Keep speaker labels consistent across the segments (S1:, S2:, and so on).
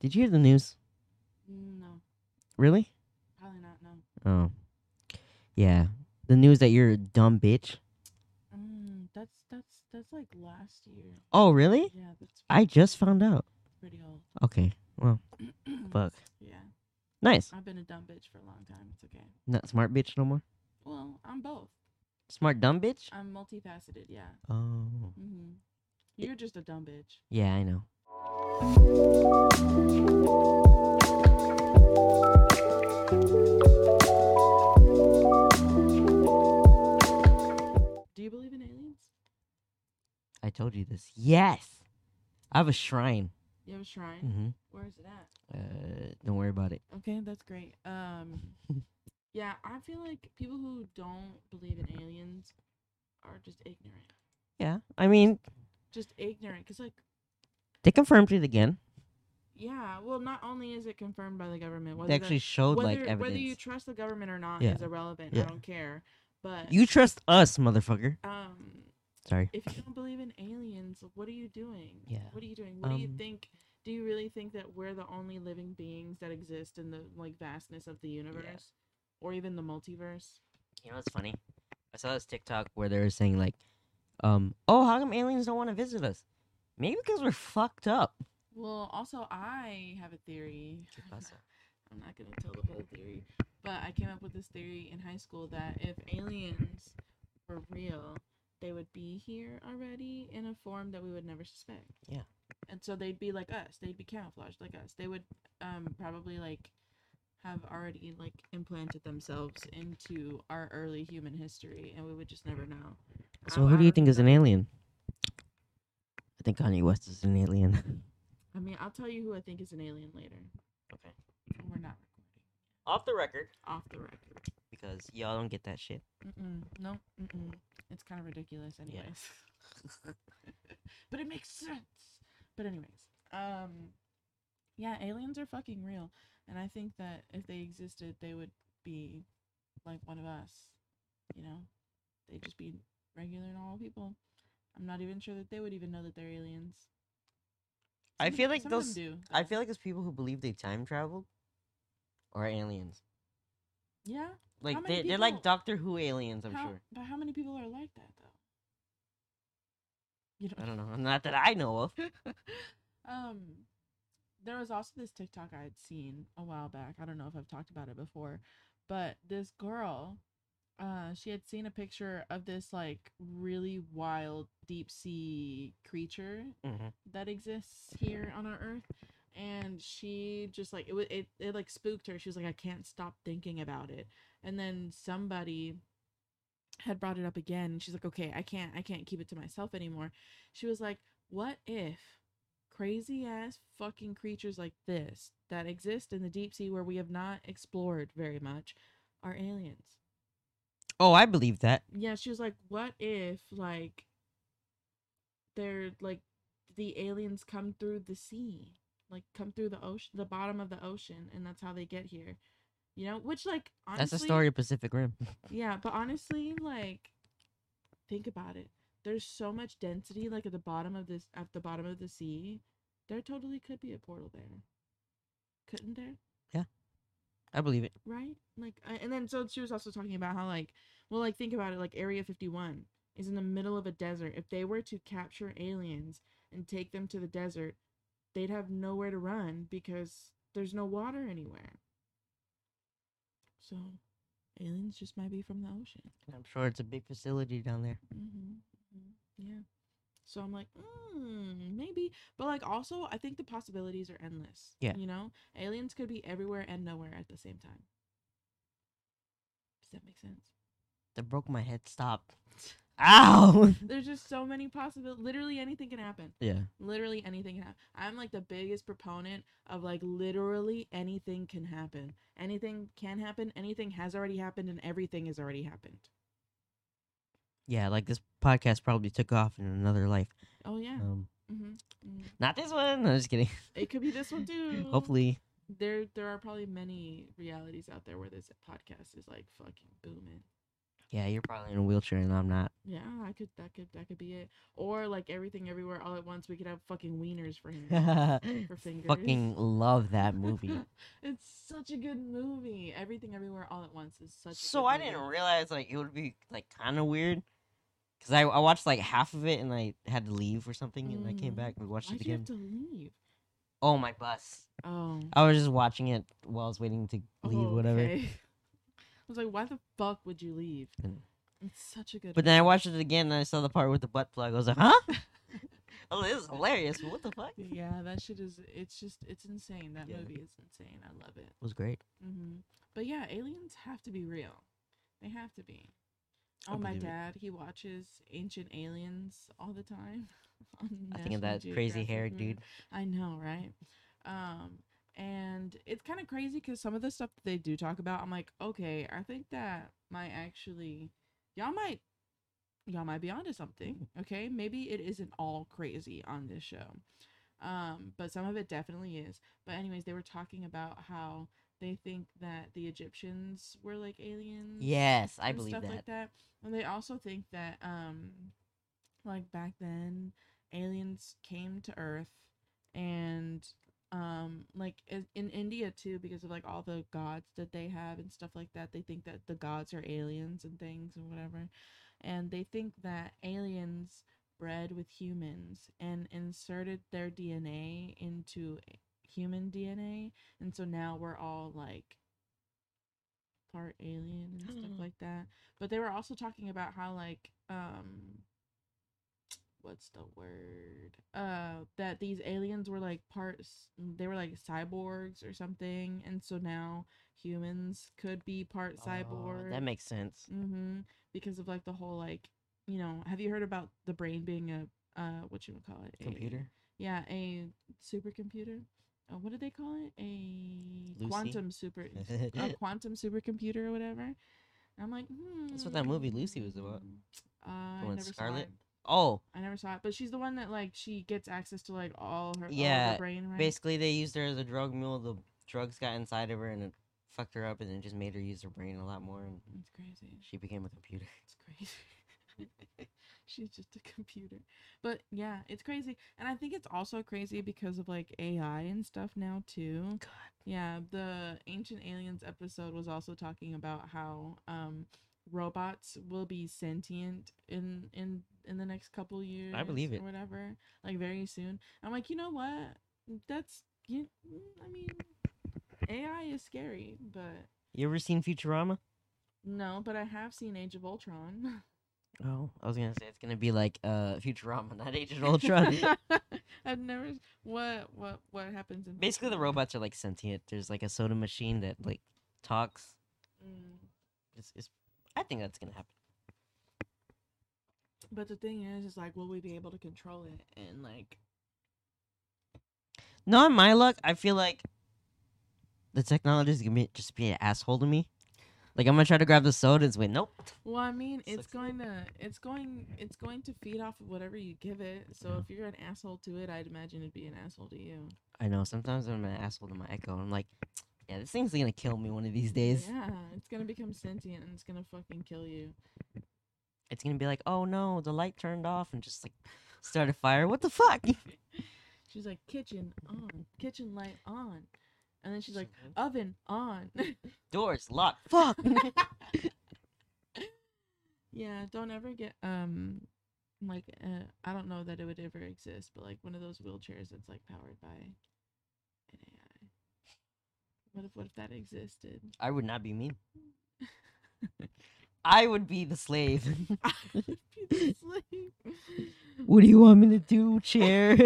S1: Did you hear the news?
S2: Mm, No,
S1: Really?
S2: probably not. No.
S1: Oh. Yeah. The news that you're a dumb bitch.
S2: Mm, that's that's that's like last year.
S1: Oh, really?
S2: Yeah, that's
S1: I just found out.
S2: pretty old.
S1: Okay. Well, fuck.
S2: yeah,
S1: Nice.
S2: I've been a dumb bitch for a long time. It's okay.
S1: Not smart bitch no more.
S2: Well, I'm both.
S1: Smart dumb bitch?
S2: I'm multifaceted. Yeah.
S1: Oh.
S2: Mm-hmm. You're just a dumb bitch.
S1: Yeah, I know.
S2: Do you believe in aliens?
S1: I told you this. Yes. I have a shrine.
S2: You have a shrine.
S1: Mm-hmm.
S2: Where is it at?
S1: Uh, don't worry about it.
S2: Okay, that's great. Um, yeah, I feel like people who don't believe in aliens are just ignorant.
S1: Yeah. I mean,
S2: Just ignorant, cause like,
S1: they confirmed it again.
S2: yeah, well, not only is it confirmed by the government, whether
S1: They actually showed
S2: that, whether,
S1: like evidence.
S2: whether you trust the government or not
S1: Yeah.
S2: is irrelevant.
S1: Yeah.
S2: I don't care. But
S1: you trust us, motherfucker.
S2: um,
S1: Sorry.
S2: if you don't believe in aliens, what are you doing?
S1: Yeah.
S2: What are you doing? What do you
S1: Um,
S2: think? Do you really think that we're the only living beings that exist in the like vastness of the universe, or even the multiverse?
S1: You know, it's funny. I saw this TikTok where they were saying like, um, oh, how come aliens don't want to visit us? Maybe because we're fucked up.
S2: Well, also I have a theory. I'm not gonna tell the whole theory, but I came up with this theory in high school that if aliens were real, they would be here already in a form that we would never suspect.
S1: Yeah.
S2: And so they'd be like us. They'd be camouflaged like us. They would um probably like have already like implanted themselves into our early human history, and we would just never know.
S1: So
S2: I-
S1: who
S2: I
S1: do you think is an
S2: really-
S1: alien? I think Kanye West is an alien.
S2: I mean, I'll tell you who I think is an alien later.
S1: Okay.
S2: We're not recording.
S1: Off the record.
S2: Off the record.
S1: Because y'all don't get that shit.
S2: Mm-mm. No, mm-mm. it's kind of ridiculous, anyways. but it makes sense. But anyways, um, yeah, aliens are fucking real, and I think that if they existed, they would be like one of us. You know, they'd just be regular normal people. I'm not even sure that they would even know that they're aliens.
S1: I
S2: Some-
S1: feel like
S2: some of them
S1: those-
S2: do.
S1: I feel like it's people who believe they time traveled or aliens.
S2: Yeah,
S1: Like
S2: many
S1: they they're like
S2: people-
S1: Doctor Who aliens, I'm
S2: how,
S1: sure.
S2: but how many people are like that though? You don't.
S1: I don't know. Not that I know of.
S2: um there was also this TikTok I had seen a while back. I don't know if I've talked about it before, but this girl uh she had seen a picture of this like really wild deep sea creature
S1: Mhm.
S2: that exists here on our earth and she just like it, wa- it it like spooked her she was like i can't stop thinking about it and then somebody had brought it up again and she's like okay i can't i can't keep it to myself anymore she was like what if crazy ass fucking creatures like this that exist in the deep sea where we have not explored very much are aliens
S1: Oh, I believe that.
S2: yeah, she was like, "What if like they're like the aliens come through the sea, like come through the ocean, the bottom of the ocean, and that's how they get here." You know, which like honestly,
S1: That's the story of Pacific Rim.
S2: Yeah, but honestly, like think about it. There's so much density like at the bottom of this at the bottom of the sea. There totally could be a portal there. Couldn't there?
S1: I believe it.
S2: right? Like, I- and then so she was also talking about how like, well, like think about it, like Area Fifty One is in the middle of a desert. If they were to capture aliens and take them to the desert, they'd have nowhere to run because there's no water anywhere. So, aliens just might be from the ocean.
S1: I'm sure it's a big facility down there.
S2: Mm-hmm. Yeah. So I'm like, mm, maybe, but like also, I think the possibilities are endless.
S1: Yeah.
S2: You know, aliens could be everywhere and nowhere at the same time. Does that make sense?
S1: That broke my head. Stop. Ow.
S2: There's just so many possibilities. Literally anything can happen.
S1: Yeah.
S2: Literally anything can happen. I'm like the biggest proponent of like literally anything can happen. Anything can happen. Anything has already happened, and everything has already happened.
S1: Yeah, like this podcast probably took off in another life.
S2: Oh yeah.
S1: Um,
S2: hmm mm
S1: not this one. I'm just kidding.
S2: It could be this one too.
S1: Hopefully,
S2: there there are probably many realities out there where this podcast is like fucking booming.
S1: yeah, you're probably in a wheelchair and I'm not.
S2: Yeah, I could that could that could be it. Or like everything everywhere all at once. We could have fucking wieners for him. for fingers.
S1: Fucking love that movie.
S2: it's such a good movie. Everything everywhere all at once is such. A
S1: so
S2: good
S1: I didn't
S2: movie.
S1: realize like it would be like kind of weird. Cause I, I watched like half of it and I had to leave or something and I came
S2: Mhm.
S1: back and watched
S2: Why'd
S1: it
S2: you have
S1: again.
S2: to leave?
S1: Oh my bus!
S2: Oh,
S1: I was just watching it while I was waiting to leave,
S2: oh,
S1: whatever.
S2: okay. I was like, why the fuck would you leave?
S1: Mm.
S2: It's such a good.
S1: But then I watched it again and I saw the part with the butt plug. I was like, huh? oh, this is hilarious. but What the fuck? It
S2: yeah, that shit is. It's just. It's insane. That
S1: Yeah.
S2: movie is insane. I love it.
S1: was great.
S2: hmm But yeah, aliens have to be real. They have to be.
S1: I
S2: Oh, my
S1: believe it.
S2: dad, he watches Ancient Aliens all the time. on
S1: I think of
S2: National
S1: that crazy
S2: Geographic
S1: hair
S2: or
S1: dude.
S2: I know, right? Um, and it's kind of crazy because some of the stuff that they do talk about, I'm like, okay, I think that might actually, y'all might, y'all might be onto something. Okay, maybe it isn't all crazy on this show, um, but some of it definitely is. But anyways, they were talking about how they think that the Egyptians were like aliens
S1: Yes, I
S2: and
S1: believe
S2: stuff
S1: that.
S2: like that. And they also think that um like back then aliens came to earth and um like i- in India too because of like all the gods that they have and stuff like that. They think that the gods are aliens and things and whatever. And they think that aliens bred with humans and inserted their DNA into human DNA and so now we're all like part alien and stuff like that. But they were also talking about how like um what's the word? Uh that these aliens were like parts they were like cyborgs or something and so now humans could be part
S1: Oh,
S2: cyborg.
S1: that makes sense.
S2: Mm-hmm. Because of like the whole like you know, have you heard about the brain being a uh what you would call it? A-
S1: Computer.
S2: yeah, a supercomputer. Uh, what do they call it? A
S1: Lucy?
S2: quantum super a quantum supercomputer or whatever. And I'm like, hmm.
S1: That's what that movie Lucy was about.
S2: Uh, I
S1: one
S2: never saw
S1: Scarlet?
S2: it.
S1: oh,
S2: I never saw it, but she's the one that like she gets access to like all her all
S1: Yeah,
S2: her brain right.
S1: basically they used her as a drug mule. The drugs got inside of her and it fucked her up, and it just made her use her brain a lot more, and
S2: It's crazy.
S1: she became a computer.
S2: It's crazy. She's just a computer. But yeah, it's crazy. And I think it's also crazy because of like AI and stuff now too.
S1: God.
S2: Yeah, the Ancient Aliens episode was also talking about how um robots will be sentient in in in the next couple years
S1: believe
S2: or
S1: it.
S2: whatever like very soon i'm like you know what that's you, i mean ai is scary but
S1: You ever seen Futurama?
S2: no but i have seen age of ultron
S1: Oh, I was gonna say it's gonna be like uh Futurama, not Age of Ultron.
S2: I've never. What what what happens in
S1: Basically, the
S2: Pokemon?
S1: robots are like sentient. There's like a soda machine that like talks.
S2: Mm.
S1: It's, it's I think that's gonna happen.
S2: But the thing is, is like, will we be able to control it? And like,
S1: No, in my luck, I feel like the technology is gonna be, just be an asshole to me. Like I'm gonna try to grab the soda and it's wait, nope.
S2: well, I mean, it's
S1: Sucks.
S2: going to, it's going, it's going to feed off of whatever you give it. So
S1: Yeah.
S2: if you're an asshole to it, I'd imagine it'd be an asshole to you.
S1: I know. Sometimes I'm an asshole to my Echo. and I'm like, yeah, this thing's gonna kill me one of these days.
S2: Yeah, it's gonna become sentient and it's gonna fucking kill you.
S1: It's gonna be like, oh no, the light turned off and just like start a fire. What the fuck?
S2: She's like, kitchen on, kitchen light on, and then she's like, oven on.
S1: doors locked. Fuck.
S2: Yeah, don't ever get um like uh, I don't know that it would ever exist, but like one of those wheelchairs that's like powered by an AI. What if what if that existed?
S1: I would not be me. I would be the slave.
S2: I would be the slave.
S1: what do you want me to do, chair?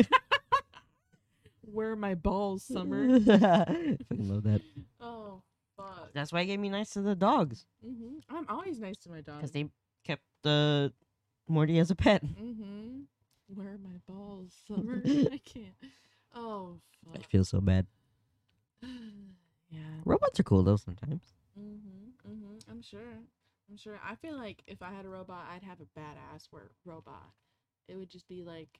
S2: Where are my balls, Summer?
S1: Fucking love that.
S2: oh fuck.
S1: That's why I gave me nice to the dogs
S2: hmm I'm always nice to my dog.
S1: because they kept the Morty as a pet.
S2: hmm Where are my balls, Summer? I can't. Oh
S1: I
S2: fuck.
S1: feel so bad.
S2: yeah.
S1: Robots are cool though sometimes.
S2: Mhm, mhm. I'm sure. I'm sure. I feel like if I had a robot, I'd have a badass work robot. It would just be like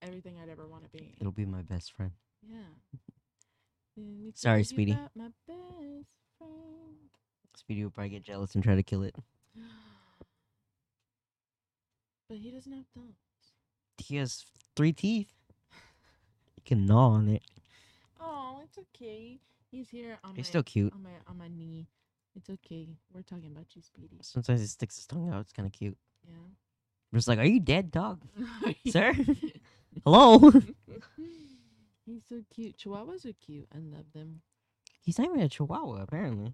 S2: everything I'd ever want to be.
S1: It'll be my best friend.
S2: Yeah. Let me
S1: Sorry,
S2: tell you
S1: sweetie.
S2: about My best friend.
S1: Speedy will probably get jealous and try to kill it.
S2: has no thumbs.
S1: He has three teeth. You can gnaw on it.
S2: Oh, it's okay. He's here on my
S1: He's still cute.
S2: on my on my knee. It's okay. We're talking about you, Speedy.
S1: Sometimes he sticks his tongue out. It's kind of cute.
S2: Yeah.
S1: We're just like, are you dead, dog? Sir?
S2: He's-
S1: Hello?
S2: He's so cute. Chihuahuas are cute. I love them.
S1: he's not even a chihuahua, apparently.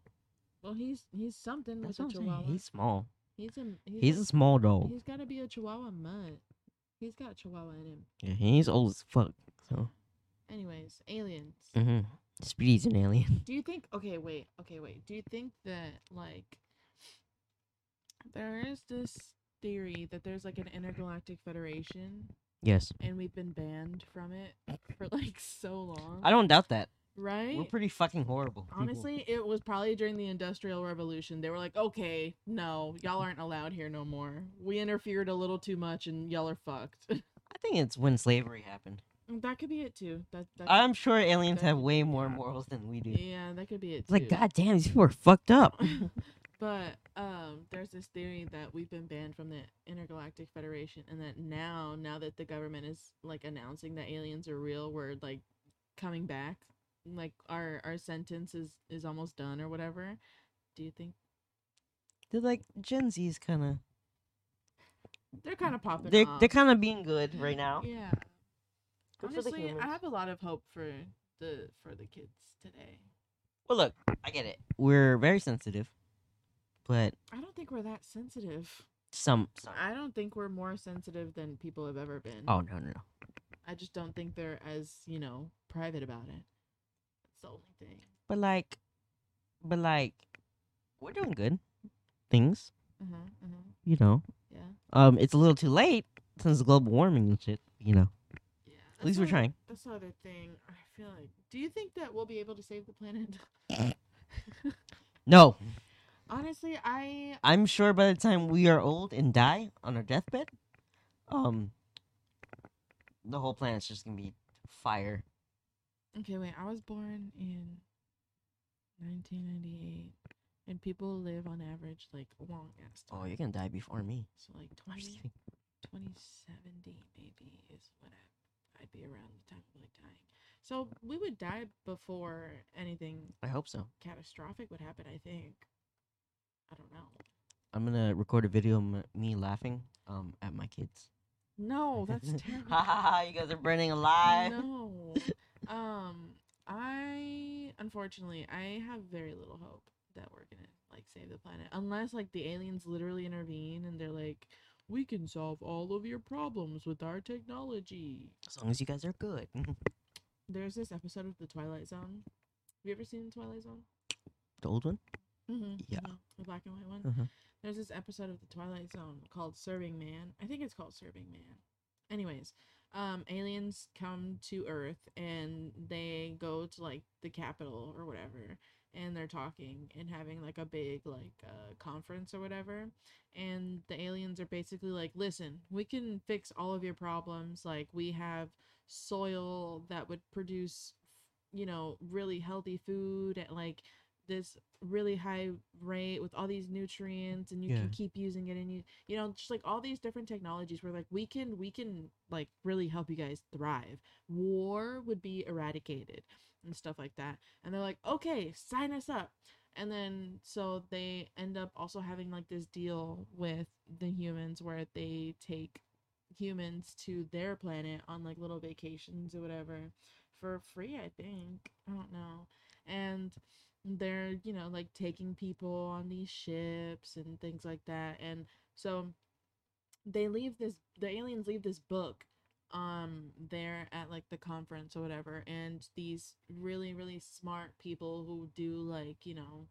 S2: Well, he's he's something
S1: That's what
S2: with
S1: I'm
S2: a chihuahua.
S1: saying. He's small.
S2: he's a
S1: He's a small dog.
S2: He's got to be a Chihuahua mutt. He's got Chihuahua in him.
S1: Yeah, he's old as fuck. So,
S2: Anyways, aliens.
S1: hmm Speedy's an alien.
S2: Do you think? Okay, wait. Okay, wait. Do you think that like there is this theory that there's like an intergalactic federation
S1: Yes.
S2: and we've been banned from it for like so long,
S1: I don't doubt that.
S2: right?
S1: We're pretty fucking horrible. people.
S2: Honestly, it was probably during the Industrial Revolution. They were like, okay, no, y'all aren't allowed here no more. We interfered a little too much and y'all are fucked.
S1: I think it's when slavery happened.
S2: that could be it too. That, that could-
S1: I'm sure aliens
S2: that
S1: have
S2: could
S1: way
S2: be
S1: more
S2: that.
S1: morals than we do. It's
S2: Yeah, that could be it too.
S1: like, god damn, these people are fucked up.
S2: but um, there's this theory that we've been banned from the Intergalactic Federation, and that now, now that the government is like announcing that aliens are real, we're like coming back. Like our our sentence is is almost done or whatever. Do you think
S1: They're like Gen Z's kind of.
S2: they're kind of popping?
S1: They're
S2: off.
S1: they're kind of being good right now.
S2: Yeah.
S1: Good for the
S2: Honestly, I
S1: humans.
S2: have a lot of hope for the for the kids today.
S1: Well, look, I get it. We're very sensitive, but
S2: I don't think we're that sensitive.
S1: some. some
S2: I don't think we're more sensitive than people have ever been.
S1: oh no no no.
S2: I just don't think they're as, you know, private about it. That's the only thing.
S1: But like, but like, we're doing good things.
S2: Uh-huh, uh-huh.
S1: You know,
S2: Yeah.
S1: um, it's a little too late since global warming and shit. You know,
S2: Yeah.
S1: at least we're trying.
S2: That's the other thing. I feel like do you think that we'll be able to save the planet?
S1: No,
S2: Honestly, I
S1: I'm sure by the time we are old and die on our deathbed, um, the whole planet's just gonna be fire.
S2: Okay, wait. I was born in 1998, and people live on average like long ass time.
S1: Oh, you're gonna die before me.
S2: So like
S1: I'm
S2: 20,
S1: just kidding.
S2: 2070 maybe is when I, I'd be around the time of like dying. So we would die before anything
S1: I hope so.
S2: catastrophic would happen. I think. I don't know.
S1: I'm gonna record a video of m- me laughing um at my kids. Oh,
S2: No, that's
S1: ha ha
S2: terrible.
S1: ha! You guys are burning alive.
S2: No. Um, I unfortunately I have very little hope that we're gonna like save the planet unless like the aliens literally intervene and they're like, we can solve all of your problems with our technology.
S1: As long as you guys are good. the
S2: There's this episode of The Twilight Zone. Have you ever seen The Twilight Zone?
S1: old one.
S2: Mm-hmm.
S1: Yeah.
S2: the black and white one.
S1: Uh-huh.
S2: There's this episode of The Twilight Zone called Serving Man. I think it's called Serving Man. Anyways, um, aliens come to Earth and they go to like the capital or whatever, and they're talking and having like a big like uh, conference or whatever. And the aliens are basically like, "Listen, we can fix all of your problems. Like we have soil that would produce, you know, really healthy food at like." this really high rate with all these nutrients and you
S1: Yeah.
S2: can keep using it and you you know just like all these different technologies where like we can we can like really help you guys thrive war would be eradicated and stuff like that and they're like okay sign us up and then so they end up also having like this deal with the humans where they take humans to their planet on like little vacations or whatever for free i think i don't know and they're you know like taking people on these ships and things like that and so they leave this the aliens leave this book um there at like the conference or whatever and these really really smart people who do like you know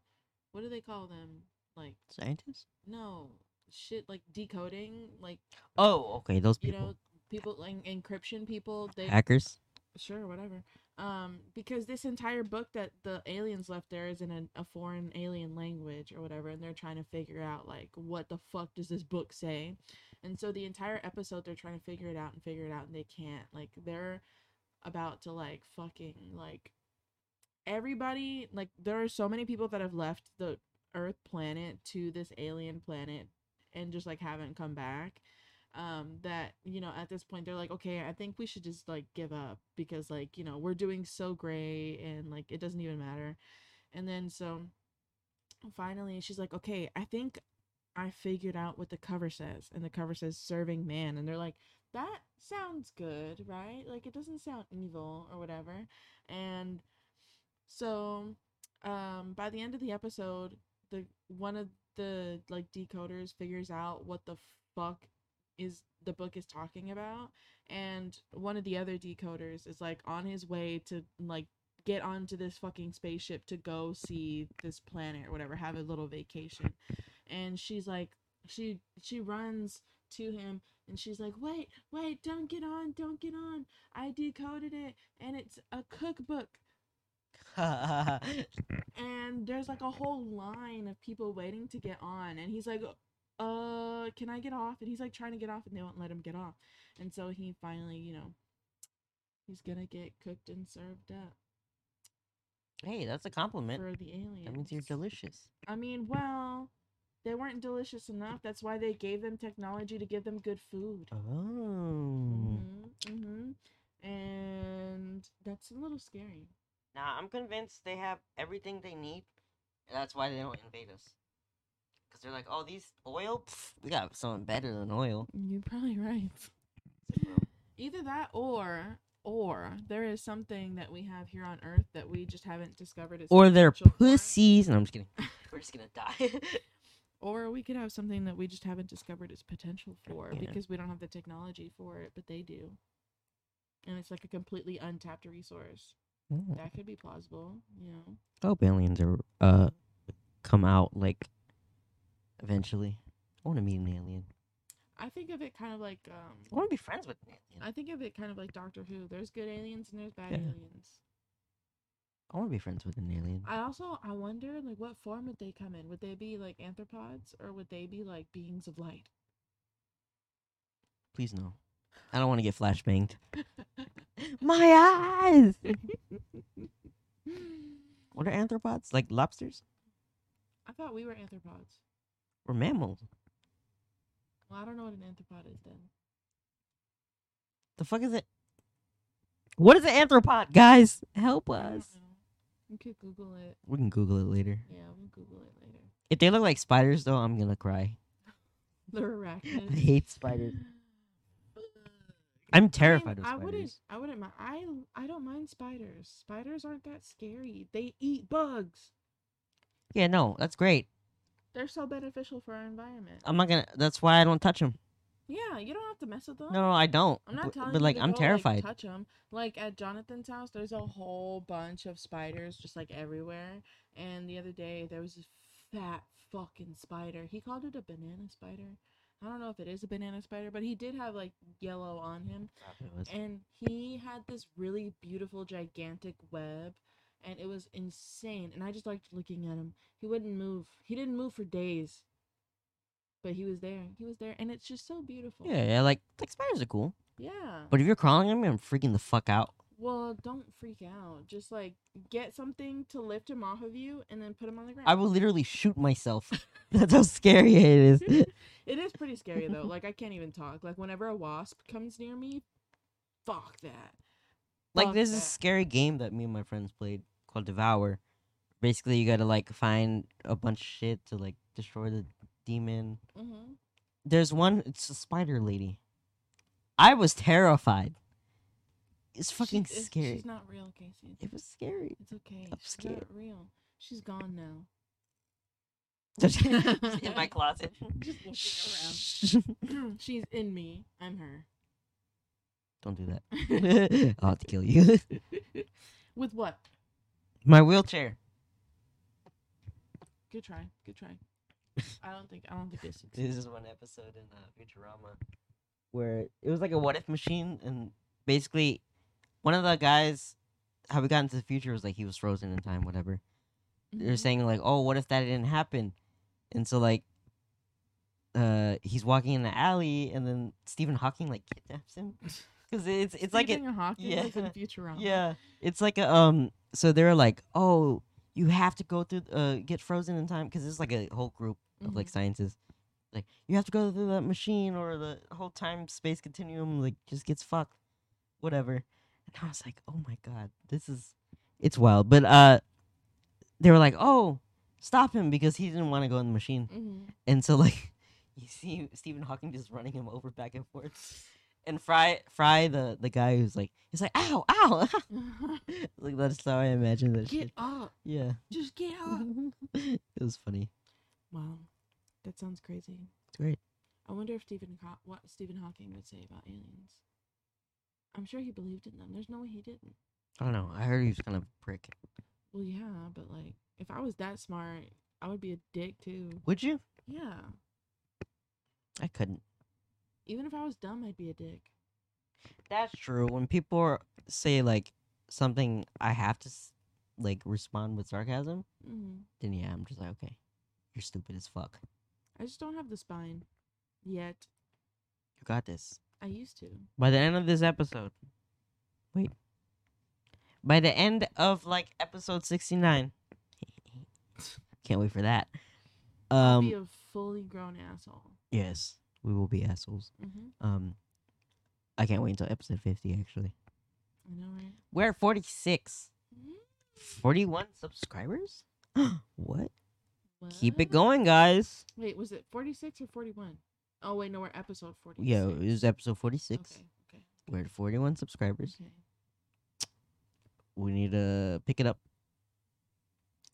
S2: what do they call them like
S1: Scientists.
S2: no shit like decoding like
S1: Oh, okay. Those
S2: you
S1: people.
S2: know people like encryption people they
S1: Hackers.
S2: sure whatever um because this entire book that the aliens left there is in a, a foreign alien language or whatever and they're trying to figure out like what the fuck does this book say and so the entire episode they're trying to figure it out and figure it out and they can't like they're about to like fucking like everybody like there are so many people that have left the earth planet to this alien planet and just like haven't come back um that you know at this point they're like okay i think we should just like give up because like you know we're doing so great and like it doesn't even matter and then so finally she's like okay i think i figured out what the cover says and the cover says serving man and they're like that sounds good right like it doesn't sound evil or whatever and so um by the end of the episode the one of the like decoders figures out what the fuck is the book is talking about and one of the other decoders is like on his way to like get onto this fucking spaceship to go see this planet or whatever have a little vacation and she's like she she runs to him and she's like wait wait don't get on don't get on i decoded it and it's a cookbook and there's like a whole line of people waiting to get on and he's like uh can i get off and he's like trying to get off and they won't let him get off and so he finally you know he's gonna get cooked and served up
S1: hey, that's a compliment.
S2: for the aliens
S1: That means you're delicious.
S2: i mean well they weren't delicious enough that's why they gave them technology to give them good food
S1: Oh. Hmm.
S2: mm-hmm, mm-hmm. and that's a little scary
S1: Nah, I'm convinced they have everything they need, and that's why they don't invade us. Because they're like, oh, these oil? Pff, we got something better than oil.
S2: you're probably right
S1: Bro,
S2: either that or or there is something that we have here on earth that we just haven't discovered its
S1: or they're
S2: potential for.
S1: pussies. No, I'm just kidding. We're just gonna die.
S2: or we could have something that we just haven't discovered its potential for
S1: Yeah.
S2: because we don't have the technology for it but they do and it's like a completely untapped resource
S1: Hmm.
S2: that could be plausible you know
S1: Mm. I hope aliens are uh come out like eventually. I want to meet an alien.
S2: i think of it kind of like
S1: I
S2: um
S1: want to be friends with an alien.
S2: i think of it kind of like doctor who there's good aliens and there's bad
S1: Yeah.
S2: aliens
S1: I want to be friends with an alien.
S2: i also i wonder like what form would they come in would they be like anthropods or would they be like beings of light
S1: Please no. I don't want to get flashbanged. My eyes. What are anthropods? Like lobsters
S2: I thought we were anthropods.
S1: or mammals?
S2: Well, I don't know what an anthropod is then.
S1: The fuck is it? What is an anthropod, guys? Help
S2: I don't
S1: us.
S2: know. You could Google it.
S1: We can Google it later.
S2: Yeah, we'll Google it later.
S1: If they look like spiders, though, I'm gonna cry.
S2: The
S1: I
S2: arachnid.
S1: hate spiders. I'm terrified of
S2: Mm-hmm. I
S1: spiders.
S2: wouldn't. I wouldn't mind. I I don't mind spiders. Spiders aren't that scary. They eat bugs.
S1: Yeah, no, that's great.
S2: They're so beneficial for our environment.
S1: I'm not gonna. That's why I don't touch them.
S2: yeah, you don't have to mess with them.
S1: No, no, I don't.
S2: I'm not
S1: but,
S2: telling
S1: but
S2: you
S1: like,
S2: to
S1: I'm
S2: go,
S1: terrified.
S2: touch them. Like at Jonathan's house, there's a whole bunch of spiders just like everywhere. And the other day, there was this fat fucking spider. He called it a banana spider. I don't know if it is a banana spider, but he did have like yellow on him. And he had this really beautiful, gigantic web, and it was insane. And I just liked looking at him. He wouldn't move. He didn't move for days, but he was there. He was there, and it's just so beautiful.
S1: yeah, yeah, like, like spiders are cool.
S2: Yeah.
S1: But if you're crawling on me, I'm freaking the fuck out.
S2: Well, don't freak out. Just like get something to lift him off of you and then put him on the ground.
S1: I will literally shoot myself. that's how scary it is.
S2: It is pretty scary though. Like I can't even talk. Like whenever a wasp comes near me, fuck that.
S1: like
S2: Fuck
S1: there's this
S2: that.
S1: scary game that me and my friends played called devour basically you gotta like find a bunch of shit to like destroy the demon
S2: Mhm.
S1: there's one it's a spider lady i was terrified it's fucking
S2: She's- it's-
S1: scary
S2: uh, She's not real, Casey.
S1: it was scary
S2: It's okay.
S1: I'm
S2: she's
S1: scared.
S2: not real. She's gone now.
S1: in my closet
S2: Just she's in me. I'm her.
S1: don't do that i'll have to kill you
S2: With what?
S1: my wheelchair
S2: Good try. Good try. I don't think I don't think this is
S1: This is one episode in uh, Futurama where it was like a what if machine, and basically, one of the guys, how we got into the future was like he was frozen in time, whatever.
S2: Mm-hmm.
S1: They're saying like, oh, what if that didn't happen? And so like, uh, he's walking in the alley, and then Stephen Hawking like kidnaps him because it's it's like it,
S2: Stephen Hawking
S1: yeah.
S2: was in Futurama.
S1: yeah, it's like a um. So they're like, oh, you have to go through, uh, get frozen in time because it's like a whole group of like scientists. Like you have to go through that machine or the whole time space continuum like just gets fucked. Whatever. And I was like, oh my god, this is it's wild. But uh they were like, Oh, stop him because he didn't want to go in the machine.
S2: Mm-hmm.
S1: And so like you see Stephen Hawking just running him over back and forth. And Fry Fry the the guy who's like he's like, Ow, ow Like that's how I imagine that
S2: get
S1: shit.
S2: Ah. up.
S1: Yeah.
S2: Just get up.
S1: it was funny.
S2: wow. That sounds crazy.
S1: It's great.
S2: I wonder if Stephen Haw- what Stephen Hawking would say about aliens. I'm sure he believed in them. There's no way he didn't.
S1: I don't know. I heard he was kind of a prick.
S2: Well, yeah, but like, if I was that smart, I would be a dick too.
S1: Would you?
S2: Yeah.
S1: I couldn't.
S2: Even if I was dumb, I'd be a dick.
S1: That's true. When people are, say like something, I have to s- like respond with sarcasm.
S2: Mm-hmm.
S1: Then yeah, I'm just like, okay, you're stupid as fuck.
S2: I just don't have the spine yet.
S1: You got this.
S2: I used to.
S1: By the end of this episode, wait. By the end of like episode sixty nine, can't wait for that.
S2: I'll be
S1: Um,
S2: a fully grown asshole.
S1: yes, we will be assholes.
S2: Mm-hmm.
S1: Um, I can't wait until episode fifty. Actually,
S2: I know, right?
S1: we're at forty six.
S2: Mhm.
S1: 41 subscribers? what? Keep it
S2: What?
S1: going, guys.
S2: Wait, was it 46 or 41? Oh, wait, no, we're episode 46.
S1: Yeah, it was episode 46.
S2: Okay, okay.
S1: We're at 41 subscribers.
S2: Okay.
S1: We need to pick it up.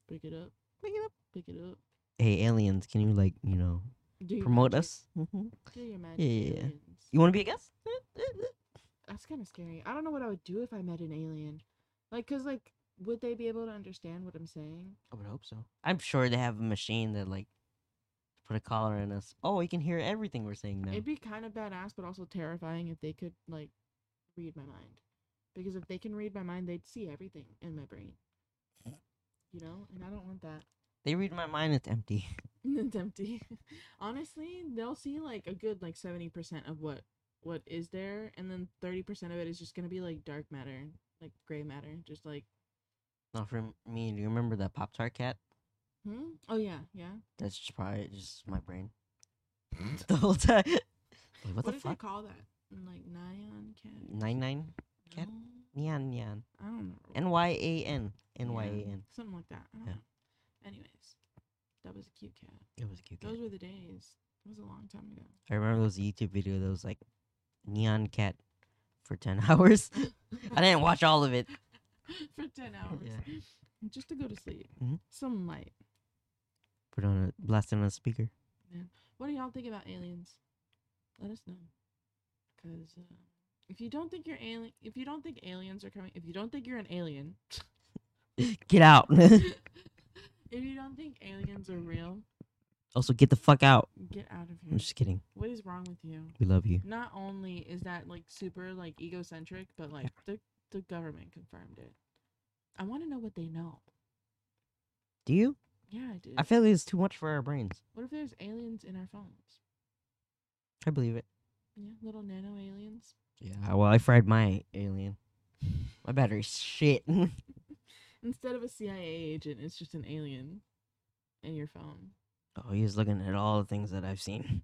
S2: Pick it up.
S1: Pick it up.
S2: Pick it up.
S1: Hey, aliens, can you, like, you know,
S2: Do your
S1: promote
S2: magic.
S1: us? hmm
S2: Do your magic.
S1: Yeah.
S2: aliens.
S1: You want to be a guest?
S2: That's kind of scary. I don't know what I would do if I met an alien. Like, cause like, would they be able to understand what I'm saying?
S1: I would hope so. I'm sure they have a machine that, like, put a collar in us. Oh, you can hear everything we're saying now.
S2: It'd be kind of badass, but also terrifying if they could like read my mind. Because if they can read my mind, they'd see everything in my brain. You know, and I don't want that.
S1: They read my mind, it's empty.
S2: it's empty. Honestly, they'll see like a good like seventy percent of what what is there, and then thirty percent of it is just gonna be like dark matter, like gray matter, just like
S1: Not for me. Do you remember that Pop Tart cat?
S2: hmm. Oh yeah, yeah.
S1: That's just probably just my brain. the whole time. Like, what,
S2: what
S1: the
S2: did they
S1: fuck?
S2: call that? Like Nyan cat.
S1: Nine nine cat?
S2: No?
S1: nyan nyan
S2: I don't know.
S1: n y a n n
S2: Yeah,
S1: y a n.
S2: Something like that. I don't
S1: Yeah.
S2: know. Anyways, that was a cute cat.
S1: It was a cute. Cat.
S2: Those were the days. It was a long time ago.
S1: I remember there was a YouTube video that was like neon cat for ten hours. I didn't watch all of it.
S2: For 10 hours. Just to go to sleep.
S1: Mhm.
S2: Some light.
S1: Put on a blast it on a speaker.
S2: What do y'all think about aliens? Let us know. Because uh, if you don't think you're alien, if you don't think aliens are coming, if you don't think you're an alien,
S1: Get out.
S2: if you don't think aliens are real,
S1: also, get the fuck out.
S2: get out of
S1: I'm
S2: here.
S1: just kidding.
S2: What is wrong with you?
S1: We love you.
S2: Not only is that like super like egocentric, but like the the government confirmed it. I want to know what they know.
S1: Do you?
S2: Yeah, I do.
S1: I feel like it's too much for our brains.
S2: what if there's aliens in our phones?
S1: I believe it.
S2: Yeah, little nano aliens.
S1: Yeah. Well, I fried my alien. My battery's shit.
S2: Instead of a CIA agent, it's just an alien in your phone.
S1: Oh, he was looking at all the things that I've seen.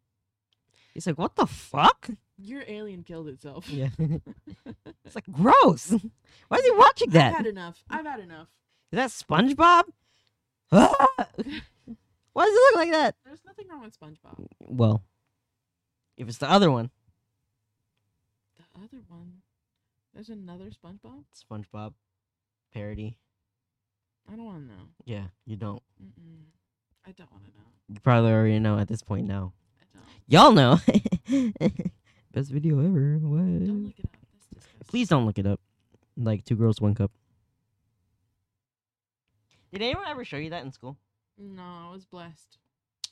S1: He's like, what the fuck?
S2: Your alien killed itself.
S1: Yeah. it's like, gross. Why is he watching that?
S2: I've had enough. I've had enough.
S1: Is that SpongeBob? Ah! Why does it look like that?
S2: There's nothing wrong with SpongeBob.
S1: Well, if it's the other one,
S2: The other one, there's another SpongeBob.
S1: SpongeBob parody.
S2: I don't want to know.
S1: Yeah, you don't.
S2: Mm-mm. I don't want to know.
S1: You probably already know at this point now.
S2: I don't.
S1: Y'all know. Best video ever. What?
S2: Don't look it up. That's disgusting.
S1: Mm. Please don't look it up. Like two girls, one cup. Did anyone ever show you that in school?
S2: No, I was blessed.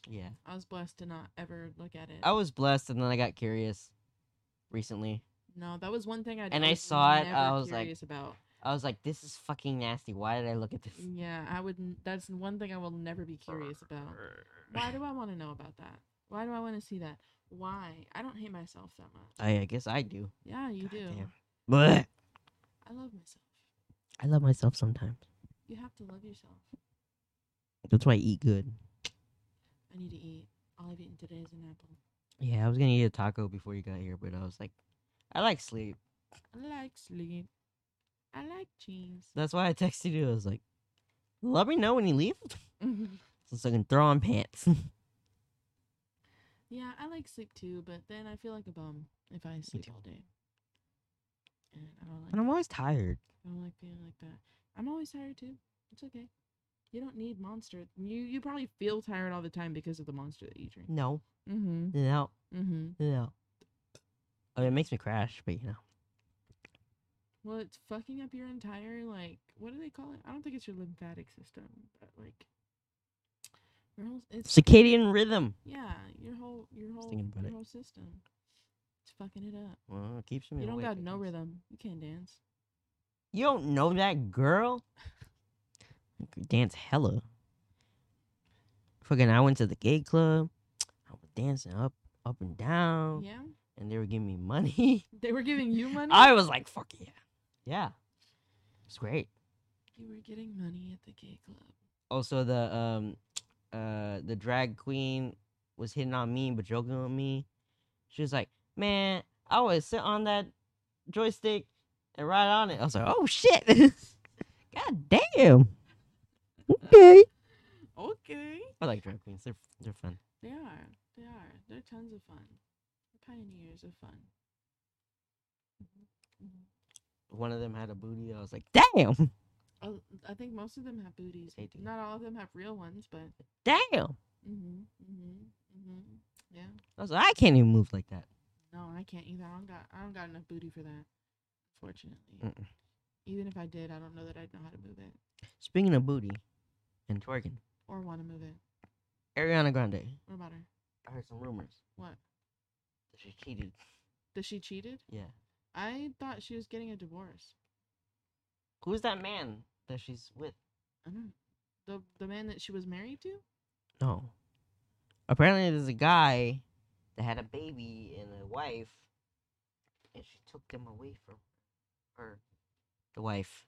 S1: Yeah.
S2: I was blessed to not ever look at it.
S1: I was blessed and then I got curious recently.
S2: no, that was one thing I.
S1: And I
S2: was
S1: saw it,
S2: never
S1: I was like-
S2: curious about.
S1: I was like, this is fucking nasty. Why did I look at this?
S2: Yeah, I would. n- That's one thing I will never be curious about. Why do I want to know about that? Why do I want to see that? Why? I don't hate myself that much.
S1: I, I guess I do.
S2: Yeah, you
S1: God
S2: do.
S1: damn. Blech.
S2: I love myself.
S1: I love myself sometimes.
S2: You have to love yourself.
S1: That's why I eat good.
S2: I need to eat. i all I've eaten today is an apple.
S1: Yeah, I was gonna eat a taco before you got here, but I was like, I like sleep.
S2: I like sleep. I like cheese.
S1: That's why I texted you. I was like, let me know when you leave, so I can throw on pants.
S2: yeah, I like sleep too, but then I feel like a bum if I sleep all day. And I don't like.
S1: and I'm always tired.
S2: I don't like feeling like that. I'm always tired too. It's okay. You don't need monster. You you probably feel tired all the time because of the monster that you drink.
S1: No,
S2: Mm-hmm.
S1: no,
S2: Mm-hmm.
S1: no. I mean, it makes me crash, but you know,
S2: Well, it's fucking up your entire like what do they call it? I don't think it's your lymphatic system, but like your whole it's
S1: circadian rhythm.
S2: yeah your whole your whole
S1: thinking about
S2: your
S1: it.
S2: whole system. It's fucking it up.
S1: Well, it keeps me.
S2: you don't
S1: awake,
S2: got
S1: I
S2: no
S1: guess.
S2: rhythm. You can't dance.
S1: You don't know that girl. I could Dance hella. Fucking, I went to the gay club. I was dancing up, up and down,
S2: Yeah,
S1: and they were giving me money.
S2: they were giving you money.
S1: I was like, "Fuck yeah, yeah." It's great.
S2: You were getting money at the gay club.
S1: also Oh, the um uh the drag queen was hitting on me but joking on me. She was like, Man, I would sit on that joystick and ride on it. I was like, Oh shit God damn. Okay.
S2: Okay.
S1: I like drag queens, they're they're fun.
S2: They are. They are. They're tons of fun. They're pioneers of fun. Mm-hmm.
S1: One of them had a booty, I was like, Damn,
S2: Oh, I think most of them have booties.
S1: They do.
S2: Not all of them have real ones, but
S1: damn.
S2: Mm-hmm. Mm-hmm. Mm-hmm. Yeah.
S1: I was like, I can't even move like that.
S2: No, I can't either. I don't got I don't got enough booty for that. Fortunately.
S1: Mm-mm.
S2: Even if I did, I don't know that I'd know how to move it
S1: Speaking of booty and twerking,
S2: or want to move it.
S1: Ariana Grande.
S2: What about her?
S1: I heard some rumors
S2: What?
S1: that she cheated.
S2: Does she cheated?
S1: Yeah.
S2: I thought she was getting a divorce.
S1: Who's that man that she's with?
S2: I don't know. The the man that she was married to?
S1: No. Apparently, there's a guy that had a baby and a wife, and she took them away from her, the wife.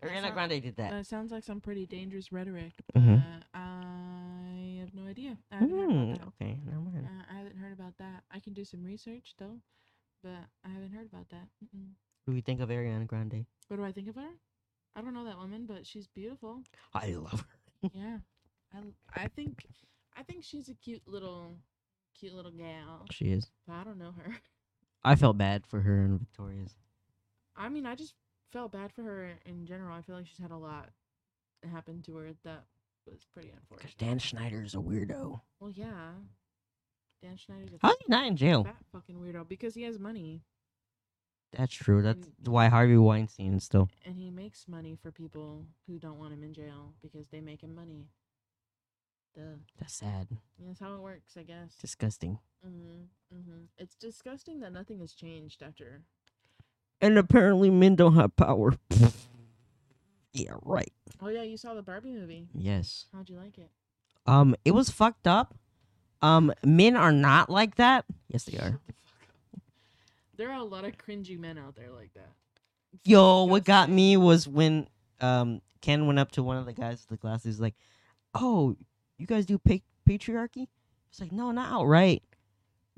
S2: That
S1: Ariana
S2: sound-
S1: Grande did that.
S2: That sounds like some pretty dangerous rhetoric.
S1: Mhm.
S2: Uh, I have no idea. I haven't heard about
S1: Hmm,
S2: that.
S1: okay, never mind.
S2: Uh, I haven't heard about that. I can do some research though, but I haven't heard about that. Mm-mm.
S1: What do you think of Ariana Grande?
S2: What do I think of her? I don't know that woman, but she's beautiful.
S1: I love her.
S2: yeah, I l- I think I think she's a cute little cute little gal.
S1: She is.
S2: But I don't know her.
S1: I felt bad for her and Victoria's.
S2: I mean, I just felt bad for her in general. I feel like she's had a lot happen to her that was pretty
S1: Because
S2: unfortunate.
S1: Dan Schneider is a weirdo.
S2: well, yeah, Dan Schneider's a
S1: How's he not in jail?
S2: fat fucking weirdo because he has money
S1: That's true. That's why Harvey Weinstein is still.
S2: and he makes money for people who don't want him in jail because they make him money. Duh.
S1: That's sad.
S2: That's how it works, I guess.
S1: Disgusting.
S2: Mm-hmm, mm-hmm. It's disgusting that nothing has changed after.
S1: And apparently, men don't have power. yeah, right.
S2: Oh yeah, you saw the Barbie movie.
S1: Yes.
S2: How'd you like it?
S1: Um, it was fucked up. Um, men are not like that. Yes, they are.
S2: Shut the fuck up. There are a lot of cringy men out there like that. It's
S1: Yo, what got
S2: disgusting.
S1: me was when um Ken went up to one of the guys with the glasses, like, "Oh, you guys do pa- patriarchy?" It's like, "No, not outright.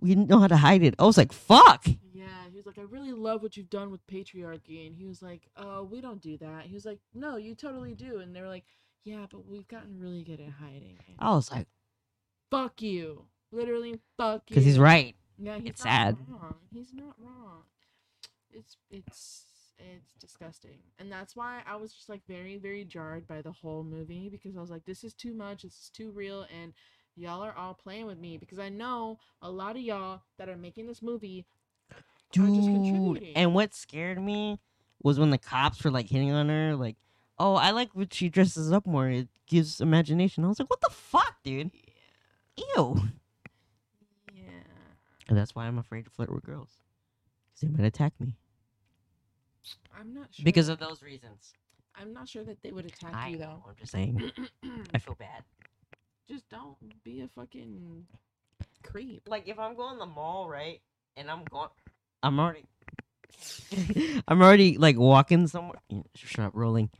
S1: We didn't know how to hide it." I was like, "Fuck."
S2: Yeah, he was like, I really love what you've done with patriarchy, and he was like, Oh, we don't do that. He was like, No, you totally do, and they were like, Yeah, but we've gotten really good at hiding. it."
S1: I was like,
S2: fuck you, literally, fuck you.
S1: "Cause he's right."
S2: Yeah, he's
S1: It's
S2: not
S1: sad.
S2: Wrong. He's not wrong. It's it's it's disgusting, and that's why I was just like very very jarred by the whole movie because I was like, this is too much. This is too real, and y'all are all playing with me because I know a lot of y'all that are making this movie. Or just
S1: dude
S2: contributing.
S1: and what scared me was when the cops were like hitting on her like oh i like when she dresses up more it gives imagination i was like what the fuck dude ew
S2: Yeah.
S1: and that's why i'm afraid to flirt with girls because they might attack me
S2: I'm not sure.
S1: because of those reasons
S2: I'm not sure that they would attack
S1: i
S2: you
S1: know
S2: though.
S1: i'm just saying i feel bad
S2: just don't be a fucking creep.
S1: like if i'm going to the mall right and i'm going i'm already i'm already like walking somewhere Yeah, shut up rolling